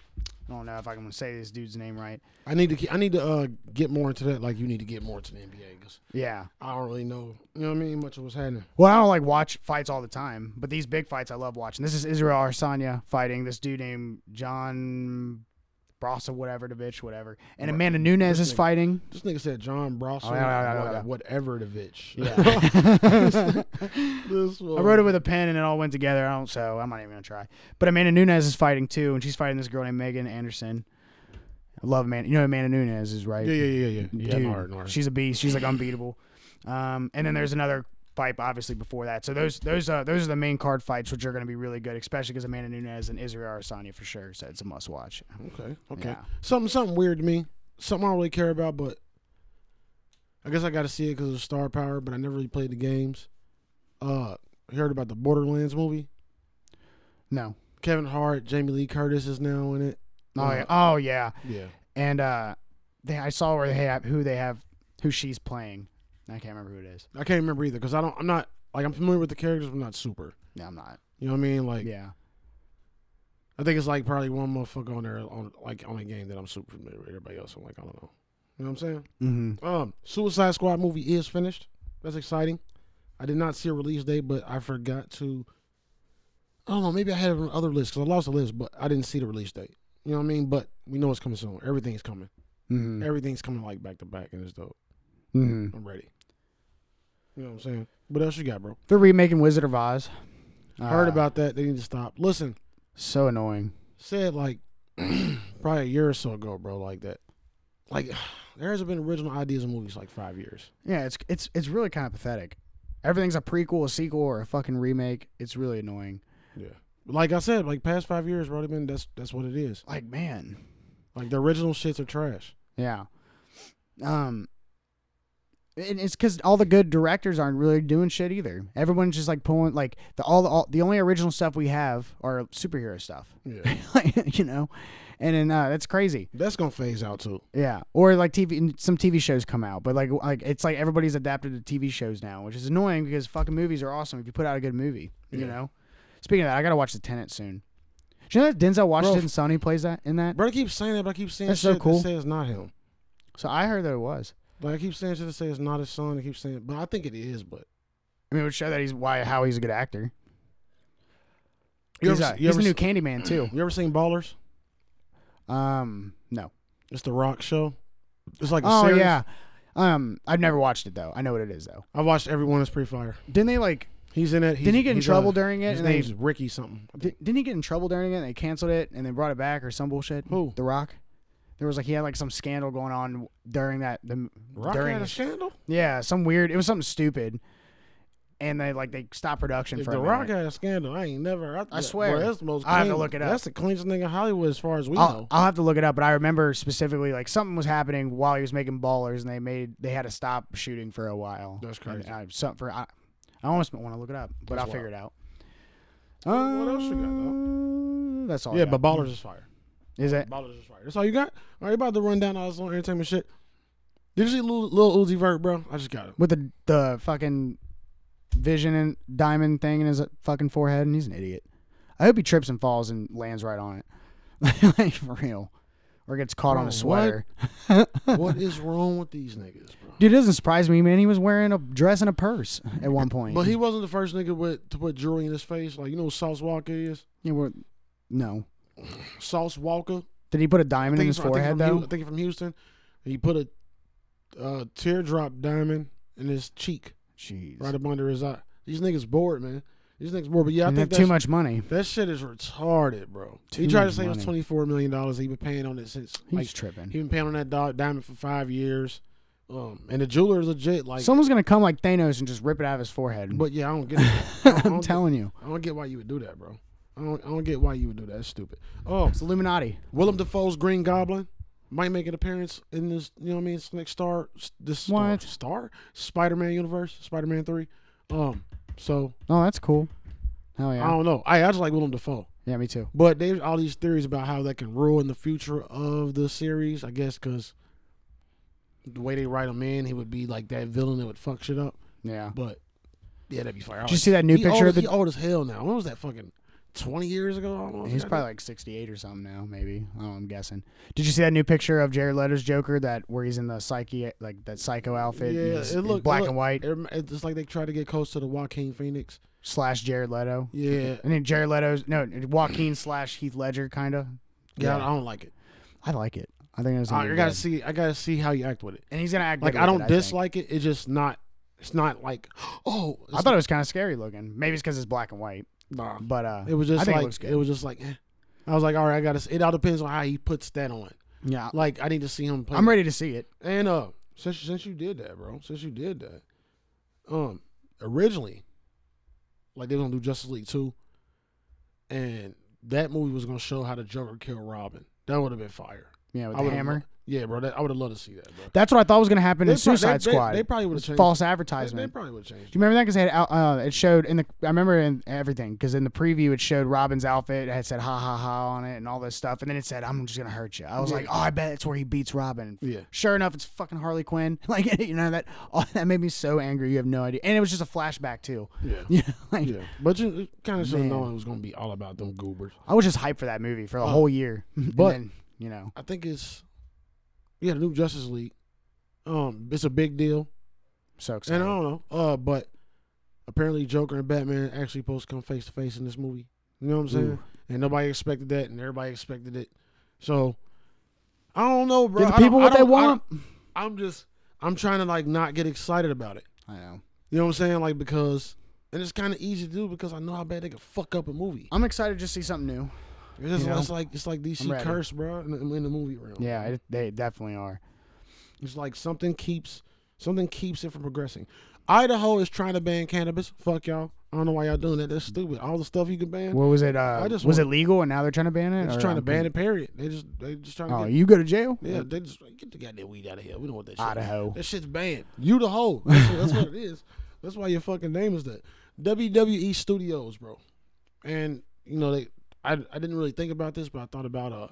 S1: I don't know if I can say this dude's name right.
S2: I need to ke- I need to uh, get more into that. Like you need to get more into the NBA because
S1: Yeah.
S2: I don't really know. You know what I mean? Much of what's happening.
S1: Well, I don't like watch fights all the time, but these big fights I love watching. This is Israel Arsanya fighting this dude named John Brossa, whatever the bitch, whatever. And Amanda Nunes
S2: This
S1: is
S2: nigga.
S1: fighting.
S2: This nigga said John Brawson,
S1: Oh, yeah, yeah, yeah, yeah, yeah.
S2: whatever the bitch.
S1: Yeah.
S2: this one.
S1: I wrote it with a pen and it all went together. I don't, so I'm not even gonna try. But Amanda Nunes is fighting too, and she's fighting this girl named Megan Anderson. I love Amanda. You know who Amanda Nunes is right.
S2: Yeah, yeah, yeah, yeah. Yeah,
S1: Dude,
S2: no hard, no hard.
S1: she's a beast. She's like unbeatable. Um, and then there's another fight, obviously before that. So those those uh, those are the main card fights, which are going to be really good, especially because Amanda Nunes and Israel Arasanya for sure. So it's a must watch.
S2: Okay, okay.
S1: Yeah.
S2: Something, something weird to me. Something I don't really care about, but I guess I got to see it because of star power. But I never really played the games. Uh, you heard about the Borderlands movie?
S1: No.
S2: Kevin Hart, Jamie Lee Curtis is now in it.
S1: Oh
S2: Uh,
S1: yeah. Oh yeah.
S2: yeah.
S1: And uh, they, I saw where they have who they have who she's playing. I can't remember who it is.
S2: I can't remember either because I don't. I'm not like I'm familiar with the characters. But I'm not super.
S1: No, I'm not.
S2: You know what I mean? Like
S1: Yeah.
S2: I think it's like probably one motherfucker on there on like on a game that I'm super familiar with. Everybody else, I'm like I don't know. You know what I'm saying?
S1: Mm-hmm.
S2: Um, Suicide Squad movie is finished. That's exciting. I did not see a release date, but I forgot to. I don't know. Maybe I had it on other list because I lost the list, but I didn't see the release date. You know what I mean? But we know it's coming soon. Everything's coming.
S1: Mm-hmm.
S2: Everything's coming like back to back, and it's dope.
S1: Mm-hmm.
S2: I'm ready. You know what I'm saying? What else you got, bro?
S1: They're remaking Wizard of Oz.
S2: Heard
S1: Uh,
S2: about that? They need to stop. Listen,
S1: So annoying.
S2: said like probably a year or so ago, bro. Like that. Like there hasn't been original ideas in movies like five years.
S1: Yeah, it's it's it's really kind of pathetic. Everything's a prequel, a sequel, or a fucking remake. It's really annoying.
S2: Yeah. Like I said, like past five years, bro. They've been that's that's what it is.
S1: Like, man,
S2: Like the original shits are trash.
S1: yeah. Um, and it's because all the good directors aren't really doing shit either. Everyone's just like pulling like the all the all, the only original stuff we have are superhero stuff,
S2: Yeah.
S1: Like, you know, and then uh, that's crazy.
S2: That's gonna phase out too.
S1: Yeah, or like TV, and some TV shows come out, but like like it's like everybody's adapted to TV shows now, which is annoying because fucking movies are awesome if you put out a good movie. You
S2: Yeah.
S1: know. Speaking of that, I gotta watch The Tenant soon. Do you know that Denzel Washington
S2: f-
S1: Sonny plays that in that?
S2: Bro, I keep saying that, but I keep saying
S1: That's so
S2: shit
S1: cool.
S2: that says not him.
S1: So I heard that it was.
S2: Like I keep saying shit that says not his son. I keep saying, but I think it is. But
S1: I mean, it would show that he's why how he's a good actor.
S2: you
S1: he's
S2: ever,
S1: a,
S2: you
S1: he's the
S2: ever,
S1: new
S2: you
S1: Candyman too.
S2: ever seen Ballers?
S1: Um, no.
S2: It's the Rock show. It's like a
S1: Oh
S2: series.
S1: yeah. Um, I've never watched it though. I know what it is though.
S2: I watched everyone. It's pretty fire.
S1: Didn't they like?
S2: He's in it. He's,
S1: Didn't he get in
S2: he's,
S1: trouble
S2: uh,
S1: during it?
S2: His
S1: and they-
S2: name's Ricky something. I
S1: Di-
S2: think.
S1: Didn't he get in trouble during it? and They canceled it and they brought it back or some bullshit.
S2: Who?
S1: The Rock. There was like he had like some scandal going on during that. The
S2: Rock
S1: during
S2: had a
S1: the sh-
S2: scandal.
S1: yeah, some weird. It was something stupid, and they like they stopped production
S2: If
S1: for
S2: the
S1: a
S2: Rock
S1: minute.
S2: had a scandal, I ain't never. I, bro,
S1: swear.
S2: that's the most.
S1: I'll have to
S2: clean-
S1: look it up.
S2: That's the cleanest nigga in Hollywood, as far as we
S1: I'll,
S2: know.
S1: I'll have to look it up, but I remember specifically like something was happening while he was making ballers, and they made they had to stop shooting for a while.
S2: That's
S1: And
S2: crazy.
S1: I, something for I, I almost want to look it up, but
S2: That's
S1: I'll figure it out.
S2: What else you got,
S1: though? Uh, That's all. I
S2: yeah,
S1: got.
S2: but Ballers is fire.
S1: is it?
S2: Ballers is fire. That's all you got? All right, about to run down all this little entertainment shit. Did you see Lil, Lil Uzi Vert, bro? I just got him.
S1: with the the fucking vision and diamond thing in his fucking forehead, and he's an idiot. I hope he trips and falls and lands right on it, like for real, or gets caught on
S2: Bro,
S1: a sweater.
S2: what is wrong with these niggas, bro?
S1: Dude, it doesn't surprise me, man. He was wearing a dress and a purse at one point.
S2: But he wasn't the first nigga with, to put jewelry in his face. Like, you know who Sauce Walker is?
S1: Yeah, we're- no.
S2: Sauce Walker.
S1: Did he put a diamond in
S2: he's
S1: his
S2: from-
S1: forehead
S2: I think he's from, Hu-
S1: though?
S2: I think he's from Houston. He put a uh, teardrop diamond in his cheek,
S1: Jeez,
S2: right up under his eye. These niggas bored, man. These niggas bored. But yeah, I
S1: Didn't have
S2: think that's
S1: too much money.
S2: That shit is retarded, bro.
S1: Too
S2: he tried to
S1: much
S2: save us
S1: money.
S2: twenty four million dollars. He been paying on it since
S1: He's
S2: like
S1: tripping.
S2: he been paying on that dog diamond for five years. Um, and the jeweler is legit. Like,
S1: Someone's gonna come like Thanos and just rip it out of his forehead.
S2: but yeah, I don't get it. I don't, I
S1: I'm
S2: don't
S1: telling you,
S2: get, I don't get why you would do that, bro. I don't, I don't get why you would do that. That's stupid. Oh,
S1: it's Illuminati.
S2: Willem Dafoe's Green Goblin might make an appearance in this. You know what I mean? It's next star. This star,
S1: What?
S2: star Spider Man universe, Spider Man three. Um, so
S1: Oh, that's cool. Hell
S2: I
S1: yeah.
S2: don't know. I I just like Willem Dafoe.
S1: Yeah, me too.
S2: But there's all these theories about how that can ruin the future of the series. I guess because the way they write him in, he would be like that villain that would fuck shit up.
S1: Yeah.
S2: But yeah, that'd be fire.
S1: Did you see that new
S2: Oh, he
S1: picture
S2: old,
S1: of the
S2: he old as hell now? When was that fucking 20 years ago almost.
S1: He's
S2: goddamn.
S1: probably like 68 or something now, maybe. I don't know, I'm guessing. Did you see that new picture of Jared Leto's Joker that where he's in the psyche like that psycho outfit? and he's- he's
S2: looked-
S1: black
S2: looked-
S1: and white
S2: It, rem- it's just like they tried to get close to the Joaquin Phoenix.
S1: slash Jared Leto.
S2: Yeah,
S1: And then Jared Leto's no Joaquin slash Heath Ledger kind of.
S2: yeah, I don't like it.
S1: I like it. I think it's.
S2: I,
S1: gonna be
S2: I gotta
S1: good.
S2: see. I gotta see how you act with it.
S1: and he's gonna act
S2: Like
S1: good
S2: I
S1: with it,
S2: don't
S1: think.
S2: dislike it. It's just not. It's not like oh.
S1: I, thought it was kind of scary looking. Maybe it's because it's black and white.
S2: nah.
S1: But uh,
S2: It was
S1: I
S2: just
S1: think it
S2: like
S1: looks
S2: it,
S1: good.
S2: was just like. eh. I was like, all right, I gotta. s- It all depends on how he puts that on.
S1: yeah,
S2: Like I need to see him play.
S1: I'm ready to see it.
S2: And uh, since since you did that, bro, since you did that, um, originally, like they don't do Justice League two, and that movie was gonna show how the Joker killed Robin. That would have been fire.
S1: Yeah, with
S2: I
S1: the
S2: would've
S1: hammer.
S2: lo- yeah, bro. That, I would have loved to see that, bro.
S1: That's what I thought was gonna happen in
S2: They pro- they-
S1: Suicide
S2: they-
S1: Squad.
S2: they probably would've
S1: It's
S2: changed-
S1: false
S2: They,
S1: advertisement.
S2: they probably would have changed.
S1: Do you remember that? Because it, had, uh, it showed in the. I remember in everything because in the preview it showed Robin's outfit. It had said ha ha ha on it and all this stuff, and then it said I'm just gonna hurt you. I was
S2: Yeah.
S1: like, oh, I bet it's where he beats Robin.
S2: Yeah.
S1: Sure enough, it's fucking Harley Quinn. Like you know that. Oh, that made me so angry. You have no idea. And it was just a flashback too.
S2: Yeah.
S1: You know, like,
S2: Yeah, but you kind of should have
S1: Man.
S2: known it was gonna be all about them goobers.
S1: I was just hyped for that movie for a whole year. And
S2: Oh. but-
S1: then, you know,
S2: I think it's yeah, the new Justice League. Um, it's a big deal.
S1: so
S2: And
S1: excited.
S2: I don't know. Uh, but apparently Joker and Batman actually supposed to come face to face in this movie. You know what I'm saying? And nobody expected that, and everybody expected it. So I don't know, bro.
S1: Give the
S2: I don't-
S1: people
S2: I
S1: what they
S2: don't- I
S1: want.
S2: don't- I'm just I'm trying to like not get excited about it.
S1: I know.
S2: You know what I'm saying? Like because and it's kind of easy to do because I know how bad they can fuck up a movie.
S1: I'm excited to just see something new.
S2: It's, just,
S1: You know?
S2: it's like it's like
S1: I'm
S2: DC
S1: ready.
S2: curse, bro, in, in the movie realm.
S1: Yeah, it, they definitely are.
S2: It's like something keeps something keeps it from progressing. Idaho is trying to ban cannabis. Fuck y'all. I don't know why y'all doing that. That's stupid. All the stuff you can ban.
S1: What was it? Uh,
S2: I just
S1: was
S2: want-
S1: it legal and now they're trying to ban it?
S2: they're just
S1: Or
S2: trying to
S1: I'm
S2: ban
S1: con-
S2: it. Period. They just they just trying
S1: Oh,
S2: to
S1: you go to jail?
S2: get, yeah. They just get the goddamn weed out of here. We don't want that shit.
S1: Idaho.
S2: That shit's banned. You the hoe. That's, what- that's what it is. That's why your fucking name is that. WWE Studios, bro. And you know they. I, I didn't really think about this, but I thought about uh,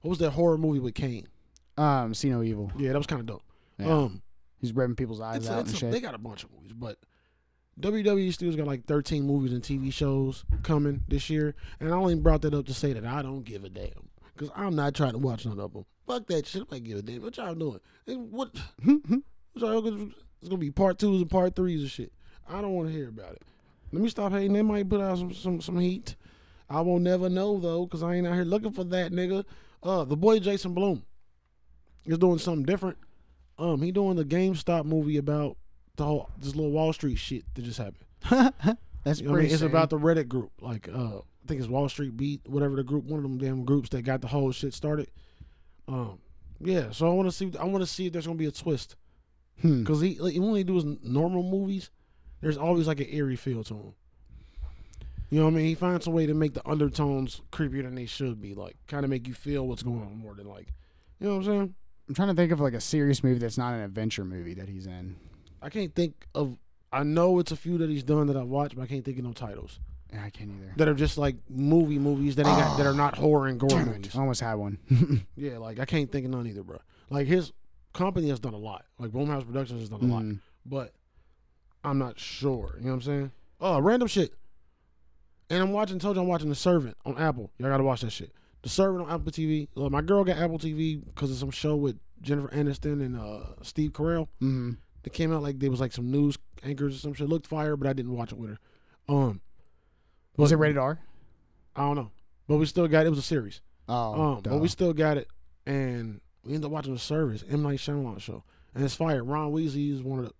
S2: what was that horror movie with Kane?
S1: Um, see no evil.
S2: Yeah, that was kind of dope.
S1: Yeah.
S2: Um,
S1: He's ripping people's eyes
S2: it's,
S1: out
S2: it's
S1: and
S2: a-
S1: shit.
S2: they got a bunch of movies, but WWE still got like 13 movies and TV shows coming this year. And I only brought that up to say that I don't give a damn. Because I'm not trying to watch none of them. Fuck that shit. I am not give a damn. What y'all doing? And what?
S1: Hmm,
S2: what y'all gonna- it's going to be part twos and part threes and shit. I don't want to hear about it. Let me stop hating. They might put out some, some, some heat. I will never know, though, because I ain't out here looking for that, nigga. Uh, the boy Jason Bloom is doing something different. Um, he doing the GameStop movie about the whole this little Wall Street shit that just happened.
S1: That's
S2: You know what I mean?
S1: pretty.
S2: It's about the Reddit group, like uh, I think it's Wall Street Beat, whatever the group, one of them damn groups that got the whole shit started. Um, yeah. So I want to see, I want to see if there's gonna be a twist,
S1: Hmm.
S2: because he like, when he do his n- normal movies, there's always like an eerie feel to him. You know what I mean? He finds a way to make the undertones creepier than they should be, like kind of make you feel what's going on more than like, you know what I'm saying?
S1: I'm trying to think of like a serious movie that's not an adventure movie that he's in.
S2: I can't think of. I know it's a few that he's done that I've watched, but I can't think of no titles
S1: Yeah, I can't either.
S2: that are just like movie movies that ain't got, that are not horror and gore
S1: Oh, Damn it.
S2: movies.
S1: I almost had one.
S2: Yeah, like I can't think of none either, bro. Like his company has done a lot. Like Blumhouse Productions has done a lot,
S1: Mm.
S2: but I'm not sure. You know what I'm saying? Oh, random shit. And I'm watching. Told you I'm watching The Servant on Apple. Y'all gotta watch that shit. The Servant on Apple TV. Look, my girl got Apple TV because of some show with Jennifer Aniston and uh, Steve Carell.
S1: Mhm.
S2: It came out like there was like some news anchors or some shit. Looked fire, but I didn't watch it with her. Um,
S1: Was
S2: but-
S1: it rated R?
S2: I don't know, but we still got it. was a series.
S1: Oh,
S2: Um,
S1: duh.
S2: but we still got it, and we ended up watching the service M Night Shyamalan show, and it's fire. Ron Weasley is one of the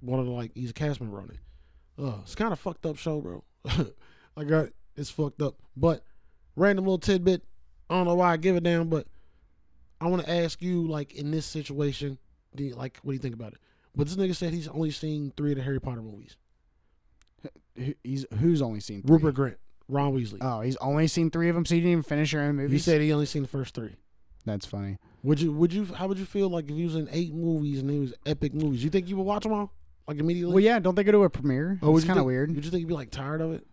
S2: one of the like he's a cast member on it. Uh, it's kind of fucked up show, bro. I got it's fucked up, but random little tidbit. I don't know why I give a damn, but I want to ask you like in this situation, do you, like what do you think about it? But this nigga said he's only seen three of the Harry Potter movies.
S1: Who- he's who's only seen three?
S2: Rupert Grant, Ron Weasley.
S1: Oh, he's only seen three of them, so you didn't even finish your own movies.
S2: he said he only seen the first three.
S1: that's funny.
S2: Would you? Would you? How would you feel like if you was in eight movies and it was epic movies? You think you would watch them all like immediately?
S1: Well, yeah, don't they go to a premiere?
S2: Or would
S1: it's
S2: you
S1: kind of
S2: think-
S1: weird.
S2: Would you think you'd be like tired of it?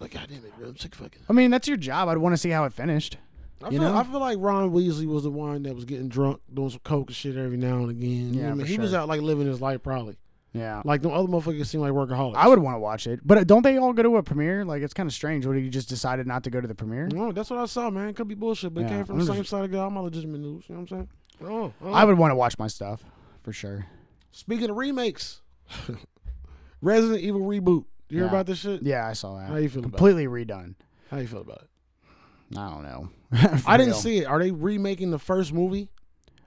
S2: Like, God damn it, bro, I'm sick fucking.
S1: I mean, that's your job. I'd want to see how it finished.
S2: I
S1: You
S2: feel,
S1: know?
S2: I feel like Ron Weasley was the one that was getting drunk, doing some coke and shit every now and again. You know
S1: Yeah,
S2: what I
S1: for
S2: mean? he was
S1: sure.
S2: out like living his life probably.
S1: Yeah.
S2: Like the other motherfuckers seem like workaholics.
S1: I would want to watch it, but don't they all go to a premiere? Like it's kind of strange. What you just decided not to go to the premiere?
S2: No, that's what I saw, man. Could be bullshit, but it
S1: Yeah,
S2: came from
S1: I'm
S2: the same
S1: just-
S2: side of God. All my legitimate news. You know what I'm saying? Oh, oh.
S1: I would want to watch my stuff for sure.
S2: Speaking of remakes, Resident Evil reboot. You hear
S1: Yeah.
S2: about this shit?
S1: Yeah, I saw that.
S2: How you feel about it?
S1: Completely redone.
S2: How you feel about it?
S1: I don't know.
S2: I didn't see it. Are they remaking the first movie?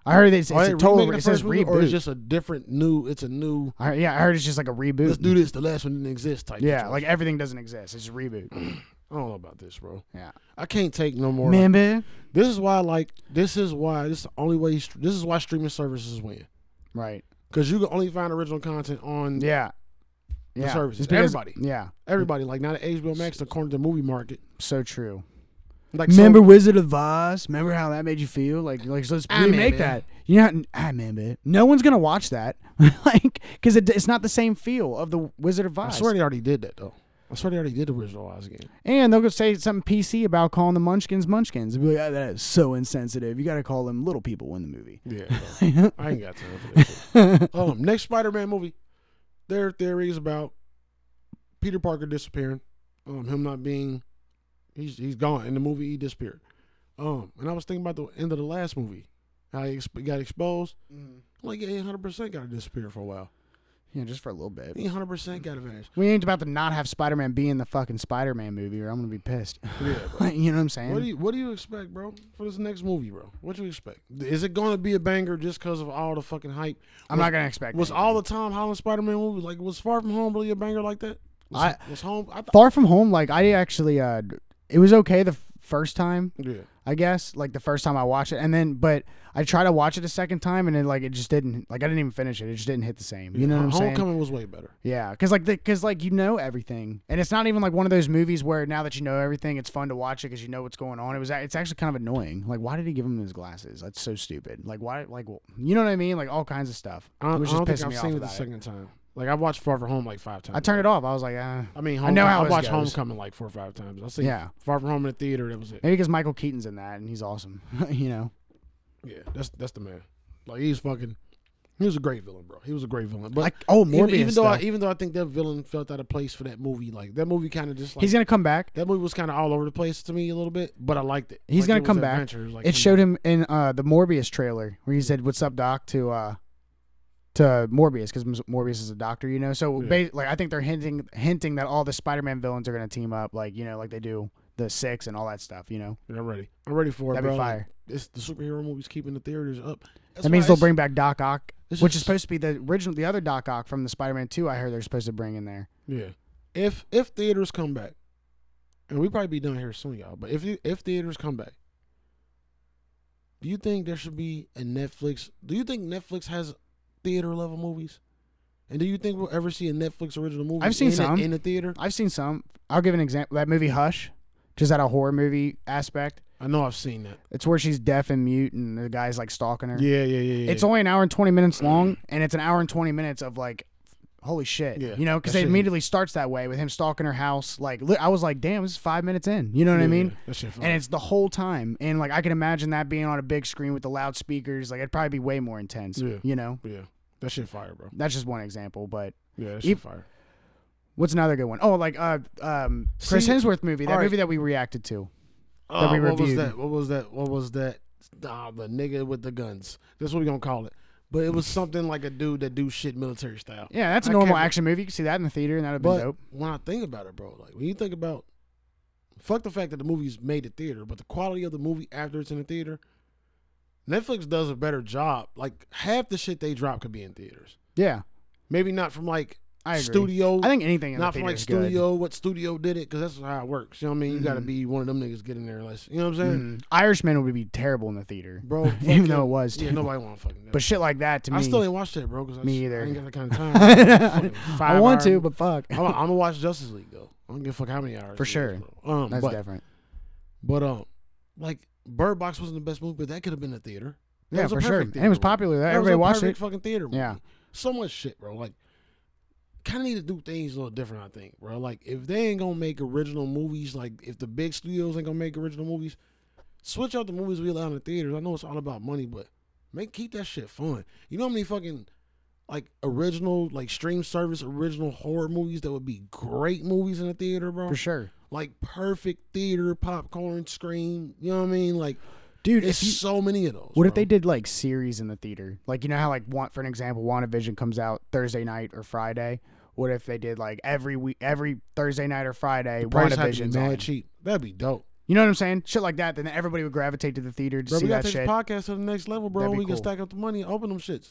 S1: Oh, I heard it's,
S2: Are
S1: it's
S2: they
S1: a total.
S2: remaking
S1: Re-
S2: the
S1: it says
S2: first movie, or
S1: reboot.
S2: it's just a different new? It's a new.
S1: I, yeah, I heard it's just like a reboot.
S2: Let's do this. The last one didn't exist. Type.
S1: Yeah,
S2: situation.
S1: like everything doesn't exist. It's a reboot.
S2: I don't know about this, bro.
S1: Yeah.
S2: I can't take no more.
S1: Man, man.
S2: This is why, like, this is why this is the only way. str- This is why streaming services win.
S1: Right.
S2: Because you can only find original content on
S1: Yeah. Yeah.
S2: services.
S1: It's because-
S2: Everybody.
S1: Yeah.
S2: everybody. Like not at HBO Max, according to the movie market.
S1: So true.
S2: Like
S1: Remember
S2: so,
S1: Wizard of Oz? Remember how that made you feel? Like, like let's
S2: I
S1: remake
S2: remember.
S1: that. You're not. I remember. No one's gonna watch that, like, because it, it's not the same feel of the Wizard of
S2: I
S1: Oz.
S2: swear they already did that though. I swear they already did the original Oz game.
S1: and they'll go say something PC about calling the Munchkins Munchkins. They'll be like, "Ah, that is so insensitive. You got to call them little people in the movie.
S2: Yeah, bro. I ain't got time for that. Shit. Um, next Spider-Man movie. There are theories about Peter Parker disappearing. Um, him not being, he's he's gone in the movie. He disappeared. Um, and I was thinking about the end of the last movie, how he exp- got exposed.
S1: Mm-hmm.
S2: I'm like, yeah, he 100 percent got to disappear for a while.
S1: Yeah, just for a little bit.
S2: He 100 percent got to vanish.
S1: We ain't about to not have Spider Man be in the fucking Spider Man movie, or I'm gonna be pissed.
S2: Yeah, bro.
S1: you know what I'm saying?
S2: What do you What do you expect, bro, for this next movie, bro? What you expect? Is it going to be a banger just because of all the fucking hype?
S1: I'm
S2: Was-
S1: not gonna expect.
S2: Was
S1: anything.
S2: all the Tom Holland Spider Man movie like was Far From Home really a banger like that? Was,
S1: I-
S2: was home. I thought.
S1: Far From Home? Like I actually, uh, it was okay the f- first time.
S2: Yeah.
S1: I guess, like the first time I watched it, and then but I tried to watch it a second time, and then like it just didn't, like I didn't even finish it. It just didn't hit the same. You know what I'm
S2: Homecoming
S1: saying?
S2: was way better.
S1: Yeah, because like because like you know everything, and it's not even like one of those movies where now that you know everything, it's fun to watch it because you know what's going on. It was a- it's actually kind of annoying. Like why did he give him his glasses? That's so stupid. Like why like w- you know what I mean? Like all kinds of stuff.
S2: I,
S1: it was
S2: I
S1: just
S2: don't think
S1: pissing
S2: I've
S1: me
S2: seen
S1: off
S2: it the
S1: about it.
S2: second time. Like I watched Far From Home like five times.
S1: I turned it off. I was like, ah.
S2: I mean,
S1: I know
S2: Homecoming-
S1: how
S2: I
S1: this
S2: watched
S1: goes.
S2: Homecoming like four or five times. I seen
S1: Yeah.
S2: Far From Home in the theater. That was it.
S1: Maybe because Michael Keaton's in that and he's awesome, you know.
S2: Yeah, that's that's the man. Like he's fucking. He was a great villain, bro. He was a great villain. But
S1: Like oh, Morbius.
S2: even, even though I,
S1: though-
S2: even though I think that villain felt out of place for that movie, like that movie kind of just like
S1: he's gonna come back.
S2: that movie was kind of all over the place to me a little bit, but I liked it.
S1: He's
S2: Like,
S1: gonna
S2: it was
S1: come back.
S2: adventure. was, like,
S1: it
S2: come
S1: showed him in uh, the Morbius trailer where he said, "What's up, Doc?" to uh, to Morbius because Morbius is a doctor, you know. So
S2: Yeah.
S1: ba- like, I think they're hinting hinting that all the Spider-Man villains are gonna team up, like you know, like they do the Six and all that stuff, you know.
S2: Yeah, I'm ready. I'm ready for it,
S1: That'd be
S2: bro.
S1: fire.
S2: It's the superhero movies keeping the theaters up. That's
S1: that means
S2: why
S1: they'll
S2: it's-
S1: bring back Doc Ock,
S2: it's
S1: which is
S2: just-
S1: supposed to be the original, the other Doc Ock from the Spider-Man Two. I heard they're supposed to bring in there.
S2: Yeah. If if theaters come back, and we probably be done here soon, y'all. But if you- if theaters come back, do you think there should be a Netflix? Do you think Netflix has theater level movies? And do you think we'll ever see a Netflix original movie?
S1: I've seen
S2: in a-
S1: some.
S2: in a theater.
S1: I've seen some. I'll give an example. That movie Hush, just at a horror movie aspect.
S2: I know I've seen that.
S1: It's where she's deaf and mute, and the guy's like stalking her.
S2: Yeah, yeah, yeah. yeah
S1: It's only an hour and 20 minutes long, and it's an hour and 20 minutes of like, holy shit.
S2: Yeah,
S1: you know, because
S2: that
S1: it
S2: shit-
S1: immediately starts that way with him stalking her house. Like, li- I was like, damn, this is five minutes in. You know what I mean?
S2: That shit.
S1: And it's the whole time. And like, I can imagine that being on a big screen with the loudspeakers. Like, it'd probably be way more intense.
S2: Yeah.
S1: You know?
S2: yeah, that shit fire, bro.
S1: That's just one example, but
S2: Yeah, that shit
S1: shit
S2: fire.
S1: what's another good one? Oh, like uh, um, Chris
S2: See-
S1: Hensworth movie, that
S2: all right.
S1: movie that we reacted to.
S2: Uh,
S1: we
S2: what was
S1: reviewed.
S2: that? What was that? What was that? Ah, the nigga with the guns. That's what we gonna call it. But it was something like a dude that do shit military style.
S1: Yeah, that's a
S2: I
S1: normal
S2: can't-
S1: action movie. You can see that in the theater, and that'd have been
S2: But
S1: dope.
S2: when I think about it, bro, like when you think about, fuck the fact that the movie's made at theater, but the quality of the movie after it's in the theater, Netflix does a better job. Like half the shit they drop could be in theaters.
S1: Yeah,
S2: Maybe not from like
S1: I agree.
S2: studio.
S1: I think anything in
S2: not
S1: the theater
S2: from like
S1: is good. Mm-hmm.
S2: studio. What studio did it? Because that's how it works. You know what I mean? You got to be one of them niggas getting there. Unless you know what I'm saying,
S1: Mm. Irishman would be terrible in the theater,
S2: bro.
S1: Even
S2: fuck
S1: though
S2: yeah.
S1: it was,
S2: yeah,
S1: terrible.
S2: nobody want to fucking. do
S1: But shit like that to
S2: I
S1: me.
S2: still ain't watch that, bro. Cause I
S1: Me
S2: just-
S1: either.
S2: I ain't got that kind of time.
S1: I want to, but fuck.
S2: I'm, I'm gonna watch Justice League though. I don't give a fuck how many hours.
S1: For
S2: it is,
S1: sure.
S2: bro. Um,
S1: That's
S2: but,
S1: different.
S2: but um, like Bird Box wasn't the best movie, but that could have been a theater. That
S1: Yeah,
S2: was a
S1: for sure.
S2: perfect
S1: And it was
S2: theater movie.
S1: popular.
S2: That was
S1: Everybody
S2: a
S1: watched
S2: perfect
S1: it.
S2: Fucking theater. Movie.
S1: Yeah.
S2: So much shit, bro. Like, kind of need to do things a little different. I think, bro. Like, if they ain't gonna make original movies, like if the big studios ain't gonna make original movies, switch out the movies we allow in the theaters. I know it's all about money, but make keep that shit fun. You know how many fucking like original, like stream service original horror movies that would be great movies in the theater, bro.
S1: for sure,
S2: Like perfect theater popcorn scream. You know what I mean? Like
S1: dude.
S2: it's
S1: If you,
S2: so many of those.
S1: what if
S2: bro.
S1: they did like series in the theater? Like you know how like want for an example, WandaVision comes out Thursday night or Friday. What if they did like every week, every Thursday night or Friday,
S2: price had to be
S1: WandaVision's
S2: mad
S1: on?
S2: cheap? That'd be dope.
S1: You know what I'm saying? Shit like that. Then everybody would gravitate to the theater to
S2: Bro,
S1: see
S2: we gotta
S1: that
S2: take
S1: shit.
S2: this podcast to the next level, bro.
S1: That'd be
S2: We can
S1: cool.
S2: stack up the money, and open them shits.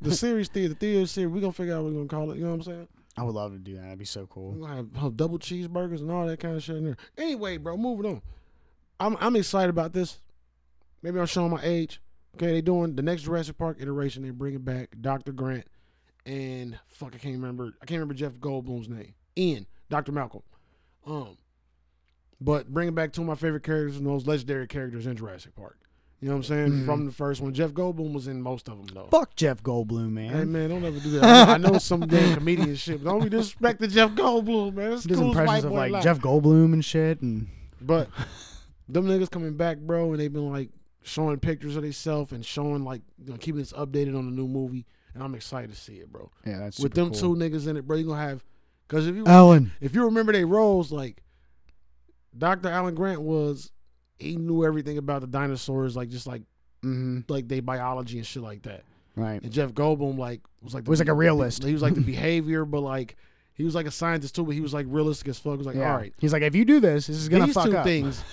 S2: the series theater, theater series. We gonna figure out what we gonna call it. You know what I'm saying?
S1: I would love to do that. That'd be so cool.
S2: We gonna have, have double cheeseburgers and all that kind of shit in there. Anyway, bro, moving on. I'm I'm excited about this. Maybe I'm showing my age. Okay, they doing the next Jurassic Park iteration. They bringing back Dr. Grant and fuck, I can't remember. I can't remember Jeff Goldblum's name. Ian, Dr. Malcolm. Um, but bringing back two of my favorite characters and those legendary characters in Jurassic Park. You know what I'm saying? From the first one, Jeff Goldblum was in most of them though.
S1: Fuck Jeff Goldblum, man.
S2: Hey man, don't ever do that. I know, I know some damn comedian shit, but don't be disrespecting Jeff Goldblum, man. That's
S1: Just
S2: coolest white
S1: impressions
S2: boy
S1: of like
S2: alive.
S1: Jeff Goldblum and shit, and
S2: But them niggas coming back, bro, and they've been like showing pictures of themselves and showing like you know, keeping us updated on the new movie, and I'm excited to see it, bro.
S1: yeah, that's
S2: With them two niggas in it, bro, you gonna have because if you
S1: Alan.
S2: if you remember their roles, like Dr. Alan Grant was, he knew everything about the dinosaurs, like just like
S1: Mm-hmm.
S2: like they biology and shit like that.
S1: Right.
S2: And Jeff Goldblum like was like
S1: It was like a realist.
S2: he was like the behavior, but like he was like a scientist too, but he was like realistic as fuck. He was like,
S1: Yeah.
S2: all right,
S1: He's like, if you do this, this is gonna
S2: these
S1: fuck
S2: two
S1: up.
S2: things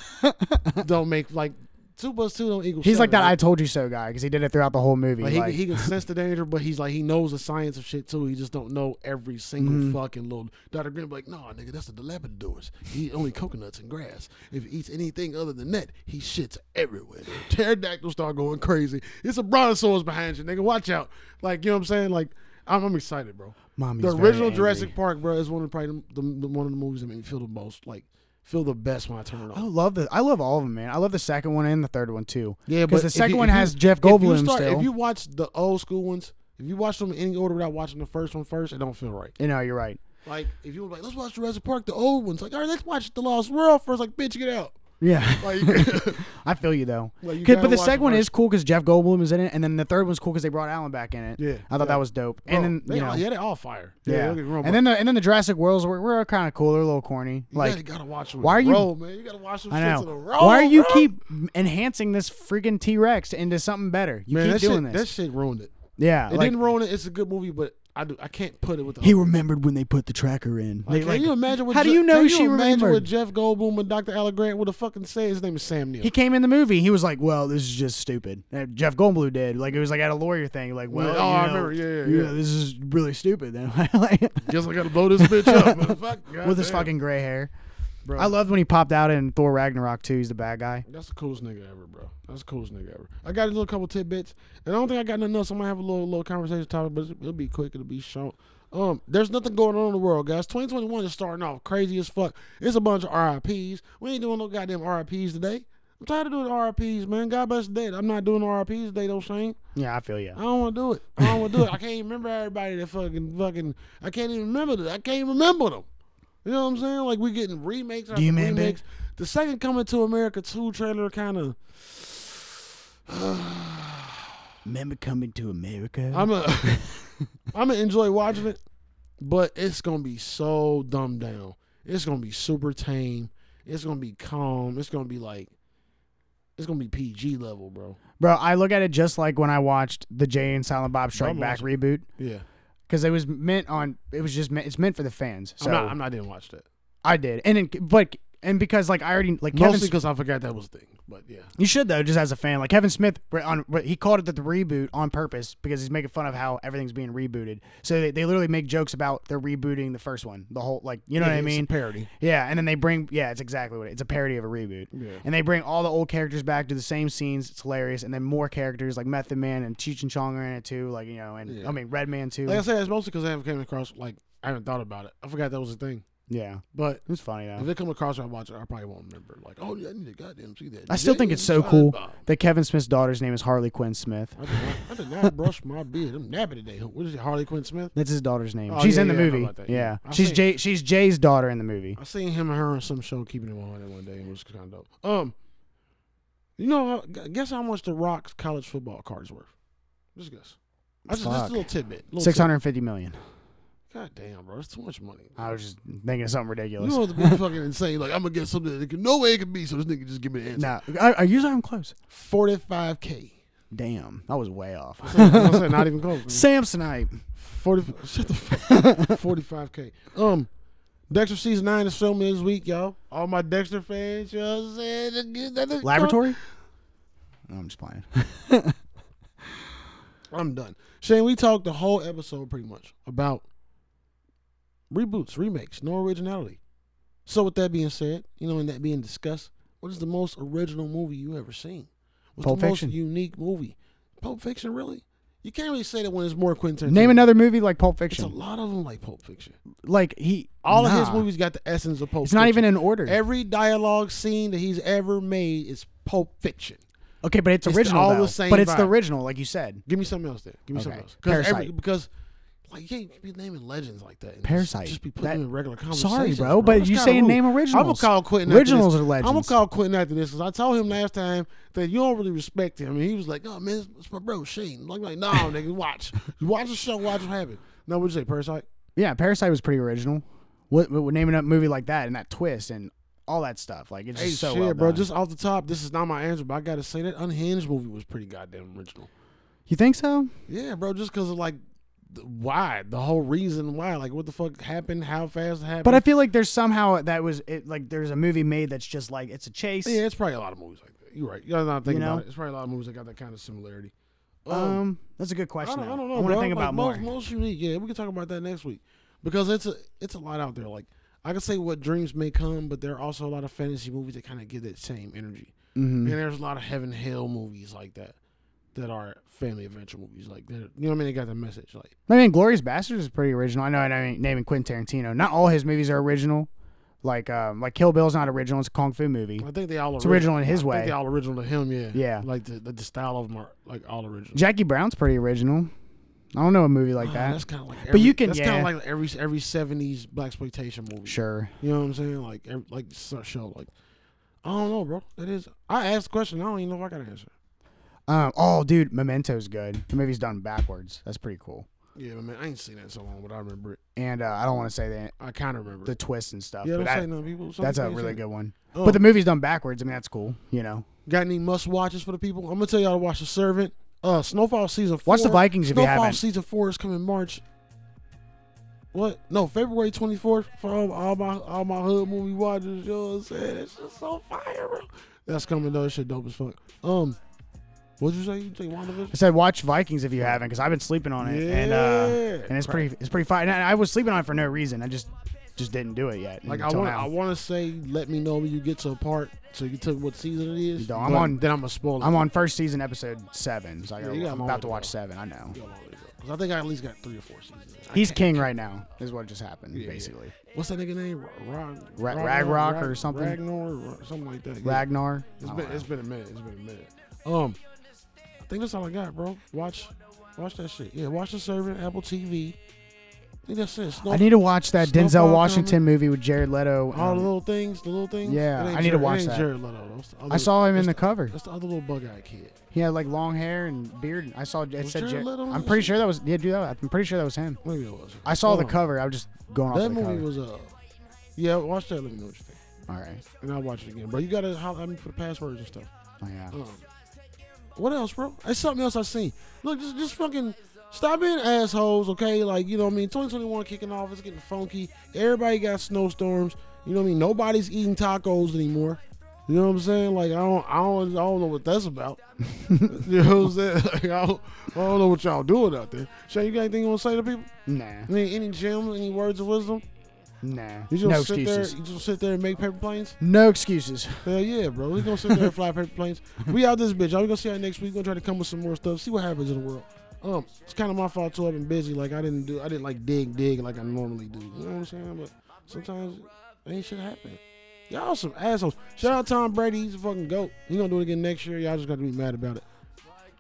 S2: don't make like two plus two don't equal.
S1: He's like that
S2: seven,
S1: "I
S2: right?
S1: told you so" guy because he did it throughout the whole movie.
S2: Like,
S1: Like,
S2: he, he can sense the danger, but he's like he knows the science of shit too. He just don't know every single
S1: Mm-hmm.
S2: fucking little. Doctor Green be like, nah, nigga, that's what the leopard does. He eat only coconuts and grass. If he eats anything other than that, he shits everywhere. Pterodactyls start going crazy. It's a brontosaurus behind you, nigga. Watch out. Like you know what I'm saying? Like I'm, I'm excited, bro.
S1: Mommy's
S2: the
S1: very
S2: original
S1: angry.
S2: Jurassic Park, bro, is one of probably the, the, the- one of the movies that made me feel the most like feel the best when I turn it
S1: I
S2: on.
S1: love the. I love all of them, man. I love the second one and the third one too.
S2: Yeah, but
S1: because the
S2: if
S1: second
S2: you-
S1: one
S2: if you-
S1: has Jeff
S2: if you
S1: Goldblum
S2: start-
S1: still.
S2: If you watch the old school ones, if you watch them in any order without watching the first one first, it don't feel right.
S1: you know, you're right.
S2: Like if you were like, let's watch Jurassic Park, the old ones. Like, all right, let's watch The Lost World first. Like, bitch, get out.
S1: Yeah,
S2: Like,
S1: I feel you though.
S2: Well, you
S1: 'Cause-
S2: gotta
S1: but the
S2: watch
S1: second
S2: the
S1: one
S2: first-
S1: is cool because Jeff Goldblum is in it, and then the third one's cool because they brought Alan back in it.
S2: Yeah,
S1: I thought
S2: yeah.
S1: that was dope.
S2: Bro,
S1: And then
S2: Oh, they
S1: you
S2: all-
S1: know,
S2: yeah, they all fire.
S1: yeah,
S2: don't get me wrong,
S1: and then the and then the Jurassic Worlds were were kind of cool. They're a little corny.
S2: but
S1: Like
S2: you gotta watch them.
S1: why are you-
S2: roll, man? You gotta watch them.
S1: I
S2: shits in a
S1: know.
S2: row,
S1: Why you
S2: bro.
S1: keep enhancing this freaking T Rex into something better? You
S2: man?
S1: keep
S2: that
S1: doing
S2: shit,
S1: this.
S2: That shit ruined it.
S1: yeah,
S2: It
S1: like,
S2: didn't ruin it. It's a good movie, but I do. I can't put it with the.
S1: he remembered when they put the tracker in.
S2: Like,
S1: They,
S2: can
S1: like-
S2: you imagine what
S1: how do
S2: Je-
S1: you know
S2: can
S1: she
S2: imagine
S1: remembered?
S2: what Jeff Goldblum and Dr. Alan Grant would have fucking said? His name is Sam Neill.
S1: he came in the movie. He was like, "Well, this is just stupid." And Jeff Goldblum did. Like it was like at a lawyer thing. Like, well,
S2: oh,
S1: you
S2: I
S1: know,
S2: remember. Yeah, yeah,
S1: you
S2: yeah.
S1: know, this is really stupid. Then like,
S2: Guess I gotta blow this bitch up. motherfucker. God
S1: with his
S2: damn.
S1: fucking gray hair.
S2: Bro.
S1: I loved when he popped out in Thor Ragnarok too. He's the bad guy.
S2: That's the coolest nigga ever, bro. That's the coolest nigga ever. I got a little couple tidbits, and I don't think I got nothing else. I might have a little little conversation topic, but it'll be quick. It'll be short. Um, there's nothing going on in the world, guys. 2021 is starting off crazy as fuck. It's a bunch of RIPS. We ain't doing no goddamn RIPS today. I'm tired of doing RIPS, man. God bless the dead. I'm not doing RIPS today, though, Shane.
S1: Yeah, I feel you.
S2: I don't want to do it. I don't want to do it. I can't even remember everybody that fucking fucking. I can't even remember them. I can't even remember them. You know what I'm saying? Like we getting remakes. after
S1: you remember?
S2: remakes. The second coming to America two trailer kind of.
S1: Remember coming to America?
S2: I'm a. I'm gonna enjoy watching it, but it's gonna be so dumbed down. It's gonna be super tame. It's gonna be calm. It's gonna be like. It's gonna be PG level, bro.
S1: Bro, I look at it just like when I watched the Jay and Silent Bob Strike
S2: I'm
S1: Back
S2: watching-
S1: reboot.
S2: Yeah,
S1: because it was meant on it was just meant it's meant for the fans so
S2: I'm not. I'm not didn't watch that.
S1: i did and in, but and because like i already like kevin
S2: Mostly
S1: Smith
S2: because I forgot that was a thing. But yeah.
S1: you should though just as a fan like kevin smith re- on re- he called it the, the reboot on purpose because he's making fun of how everything's being rebooted so they, they literally make jokes about they're rebooting the first one the whole like you know
S2: Yeah,
S1: what i
S2: it's a
S1: mean
S2: parody.
S1: yeah and then they bring yeah it's exactly what it, it's a parody of a reboot
S2: Yeah.
S1: and they bring all the old characters back to the same scenes it's hilarious and then more characters like method man and cheech and chong are in it too like you know and
S2: Yeah.
S1: i mean red man too
S2: Like I said, it's mostly because I haven't came across. Like I haven't thought about it. I forgot that was a thing.
S1: yeah
S2: But
S1: it was funny though
S2: if it come across, I watch it. I probably won't remember. Like, oh yeah, I need to goddamn see that.
S1: I still think it's so
S2: James
S1: cool
S2: Bond.
S1: that Kevin Smith's daughter's name is Harley Quinn Smith.
S2: I did, not, I did not brush my beard. I'm nappy today. What is it, Harley Quinn Smith?
S1: That's his daughter's name.
S2: Oh,
S1: she's
S2: yeah,
S1: in the
S2: yeah, I know
S1: movie.
S2: about that, yeah.
S1: Yeah,
S2: I've
S1: she's
S2: seen
S1: Jay. She's Jay's daughter in the movie.
S2: I seen him and her on some show, keeping it 100 one day. It was kind of dope. Um, you know, guess how much the Rock's college football card is worth? Just guess. I just, just a
S1: Fuck.
S2: little tidbit. little
S1: Six hundred fifty million.
S2: tidbit. God damn, bro, that's too much money.
S1: I was just thinking of something
S2: You
S1: ridiculous.
S2: know the be fucking insane. Like I'm gonna get something that can, no way it can be. So this nigga just give me the answer.
S1: No, I, I usually I'm close.
S2: Forty five k.
S1: Damn, I was way off.
S2: Not even close.
S1: Samsonite.
S2: Forty. Shut the fuck. Forty five k. Um, Dexter season nine is filming this week, y'all. All my Dexter fans, you know what I'm saying? Get that- that-
S1: Laboratory? No, I'm just playing.
S2: I'm done. Shane, we talked the whole episode pretty much about reboots, remakes, no originality. So with that being said, you know, and that being discussed, what is the most original movie you ever seen? What's
S1: Pulp
S2: the
S1: Fiction.
S2: most unique movie? Pulp Fiction, really? You can't really say that when it's more Quentin. Tarantino.
S1: Name another movie like Pulp
S2: It's a
S1: Fiction.
S2: lot of them like Pulp Fiction.
S1: Like he,
S2: All of his
S1: nah.
S2: movies got the essence of Pulp.
S1: It's not even
S2: Fiction.
S1: in order.
S2: every dialogue scene that he's ever made is Pulp Fiction.
S1: okay, but it's
S2: it's
S1: original.
S2: all the
S1: though.
S2: same
S1: but it's the
S2: vibe.
S1: original, like you said.
S2: Give me something else there. Give me something
S1: Okay.
S2: else. 'Cause every-
S1: Parasite.
S2: because like you can't be naming legends like that. and just-
S1: Parasite.
S2: Just be putting
S1: That-
S2: them in regular conversations.
S1: Sorry, bro, but
S2: That's
S1: you
S2: kinda
S1: saying
S2: rude.
S1: name
S2: I'm gonna
S1: originals.
S2: call Quentin.
S1: Originals
S2: after
S1: are
S2: this.
S1: legends.
S2: I'm gonna call Quentin after this because I told him last time that you don't really respect him, and he was like, "Oh man, it's, it's my bro Shane." I'm like, "No, nigga, watch. You watch the show. Watch what happened." No, what'd you say, Parasite?
S1: Yeah, Parasite was pretty original. What, what naming a movie like that and that twist and all that stuff? Like it's
S2: Hey,
S1: just so
S2: shit,
S1: well
S2: bro.
S1: done.
S2: Just off the top, this is not my answer, but I gotta say that Unhinged movie was pretty goddamn original.
S1: you think so?
S2: Yeah, bro. Just because of like the- why the whole reason why like what the fuck happened how fast it happened
S1: But I feel like there's somehow that was it, like there's a movie made that's just like it's a chase.
S2: Yeah, it's probably a lot of movies like that. You're right. You're not thinking
S1: You know?
S2: about it. It's probably a lot of movies that got that kind of similarity. Um,
S1: Um, that's a good
S2: I,
S1: question.
S2: don't, I don't know.
S1: want
S2: bro.
S1: to think
S2: Like,
S1: about more.
S2: most, Most unique. Yeah, we can talk about that next week because it's a it's a lot out there. Like I can say what dreams may come, but there are also a lot of fantasy movies that kind of give that same energy.
S1: Mhm.
S2: And there's a lot of heaven hell movies like that that are family adventure movies. Like that, you know what I mean? They got that message. Like
S1: I mean, Glorious Bastards is pretty original. I know I mean naming Quentin Tarantino. Not all his movies are original. Like um, like Kill Bill's not original. It's a kung fu movie.
S2: I think they all
S1: It's original in his
S2: I
S1: way.
S2: Think they all original to him. Yeah.
S1: Yeah.
S2: Like the the, the style of them are like all original.
S1: Jackie Brown's pretty original. I don't know a movie like
S2: Ah,
S1: that.
S2: That's kind of like every,
S1: But you can-
S2: That's
S1: yeah.
S2: kind of like every every seventies black exploitation movie.
S1: Sure.
S2: You know what I'm saying? Like every, like so- show like. I don't know, bro. That is. I asked a question. I don't even know if I got an answer.
S1: Um, oh, dude, Memento's good. The movie's done backwards. That's pretty cool.
S2: Yeah, but man, I ain't seen that in so long, but I remember it.
S1: And uh, I don't want to say the
S2: I kind of remember.
S1: the
S2: it.
S1: twists and stuff.
S2: Yeah,
S1: but
S2: don't
S1: that-
S2: say nothing, people. Some
S1: that's a
S2: people
S1: really
S2: say-
S1: good one.
S2: Oh.
S1: But the movie's done backwards. I mean, that's cool. You know,
S2: Got any must watches for the people? I'm gonna tell y'all to watch The Servant. Uh, Snowfall season. four.
S1: Watch The Vikings if you
S2: Snowfall
S1: haven't.
S2: season four is coming March. What? No, February 24th for all, all my all my hood movie watchers. You know what I'm saying? It's just so fire, bro. That's coming though. That shit dope as fuck. Um, what'd you say? You take WandaVision?
S1: I said watch Vikings if you haven't, because I've been sleeping on it, and uh,
S2: Yeah.
S1: and it's pretty it's pretty fine. And I was sleeping on it for no reason. I just just didn't do it yet.
S2: Like I
S1: until
S2: want,
S1: now.
S2: I want to say, let me know when you get to a part, so you can tell me what season it is.
S1: No, I'm
S2: but
S1: on-
S2: Then I'm a spoiler.
S1: I'm on first season episode seven. So I
S2: Yeah,
S1: gotta,
S2: you got
S1: I'm
S2: long
S1: about to
S2: way to
S1: watch
S2: go.
S1: seven. I know.
S2: Because I think I at least got three or four seasons. I
S1: He's
S2: can't-
S1: king right now. Is what just happened.
S2: Yeah, yeah.
S1: basically,
S2: What's that nigga name? Ra-
S1: Ra- Ragnarok or something? Oh,
S2: Ragnar, or something like that. yeah.
S1: Ragnar.
S2: It's
S1: I don't
S2: been
S1: know.
S2: it's been a minute. It's been a minute. Um, I think that's all I got, bro. Watch, watch that shit. Yeah, watch the servant. Apple TV. I think that's it. Snow,
S1: I need to watch that
S2: Snowfall
S1: Denzel Washington movie with Jared Leto.
S2: all
S1: Um,
S2: the little things. The little things.
S1: Yeah,
S2: It ain't
S1: I need to
S2: Jared- it
S1: watch
S2: ain't
S1: that.
S2: Jared Leto. That's the
S1: I
S2: other-
S1: saw him
S2: that's
S1: in the cover.
S2: That's the other little bug-eyed kid.
S1: He had like long hair and beard. I saw it
S2: Was
S1: said
S2: Jared
S1: Jared.
S2: Leto in
S1: I'm
S2: that
S1: pretty
S2: shit?
S1: sure that was yeah, dude. That was, I'm pretty sure that was him.
S2: Maybe it was.
S1: I saw the
S2: Hold on.
S1: cover. I was just going off
S2: Oh. That
S1: the
S2: movie
S1: cover.
S2: was uh, yeah. Watch that. Let me know what you think,
S1: All right.
S2: and I'll watch it again, bro. You gotta holler at me for the passwords and stuff.
S1: Oh, yeah.
S2: Um, what else, bro? It's something else I seen. Look, just just fucking stop being assholes, okay? Like you know what I mean. Twenty twenty one kicking off. It's getting funky. Everybody got snowstorms. You know what I mean. Nobody's eating tacos anymore. You know what I'm saying? Like I don't, I don't, I don't know what that's about. you know what I'm saying? Like, I, don't, I don't know what y'all doing out there. Shane, you got anything you want to say to people?
S1: Nah.
S2: Any, any gems? Any words of wisdom?
S1: Nah.
S2: You just
S1: No
S2: sit
S1: excuses.
S2: there. You just sit there and make paper planes.
S1: No excuses.
S2: Hell yeah, bro. We gonna sit there and fly paper planes. We out this bitch. Y'all we gonna see y'all next week. We gonna try to come with some more stuff. See what happens in the world. Um, it's kind of my fault too. I've been busy. Like I didn't do. I didn't like dig dig like I normally do. You know what I'm saying? But sometimes ain't shit happen. Y'all some assholes. Shout out Tom Brady. He's a fucking goat. He gonna do it again next year. Y'all just got to be mad about it.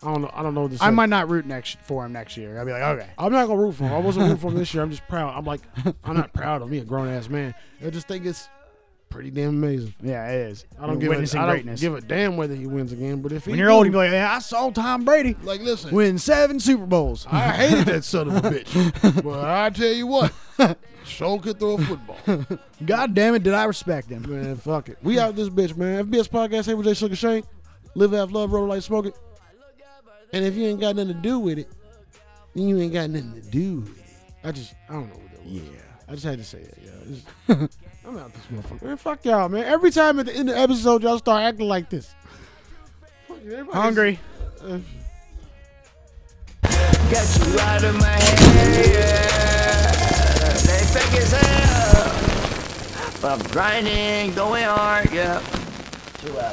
S2: I don't know. I don't know what to say.
S1: I might not root next for him next year. I'll be like, okay.
S2: I'm not gonna root for him. I wasn't rooting for him this year. I'm just proud. I'm like, I'm not proud of me, a grown ass man. I just think it's pretty damn amazing.
S1: Yeah, it is.
S2: I don't,
S1: You're
S2: give a,
S1: witnessing
S2: I don't
S1: greatness.
S2: give a damn whether he wins again. But if he
S1: when you're old,
S2: do,
S1: you'll be like, yeah, I saw Tom Brady
S2: like, listen,
S1: win seven Super Bowls.
S2: I hated that son of a bitch. but I tell you what, Show could throw a football.
S1: God damn it, did I respect him?
S2: Man, fuck it. We out this bitch, man. FBS Podcast, hey, with J Sugar Shane. Live, have love, roll like smoke it. And if you ain't got nothing to do with it, then you ain't got nothing to do with it. I just, I don't know what that was. Yeah. I just had to say it, yeah. It's- I'm out this motherfucker. Man, fuck y'all, man. Every time at the end of the episode, y'all start acting like this. Fuck, everybody's-
S1: Hungry.
S3: Got you out of my head, yeah. They fake as hell. But I'm grinding, going hard, yeah. Two hours.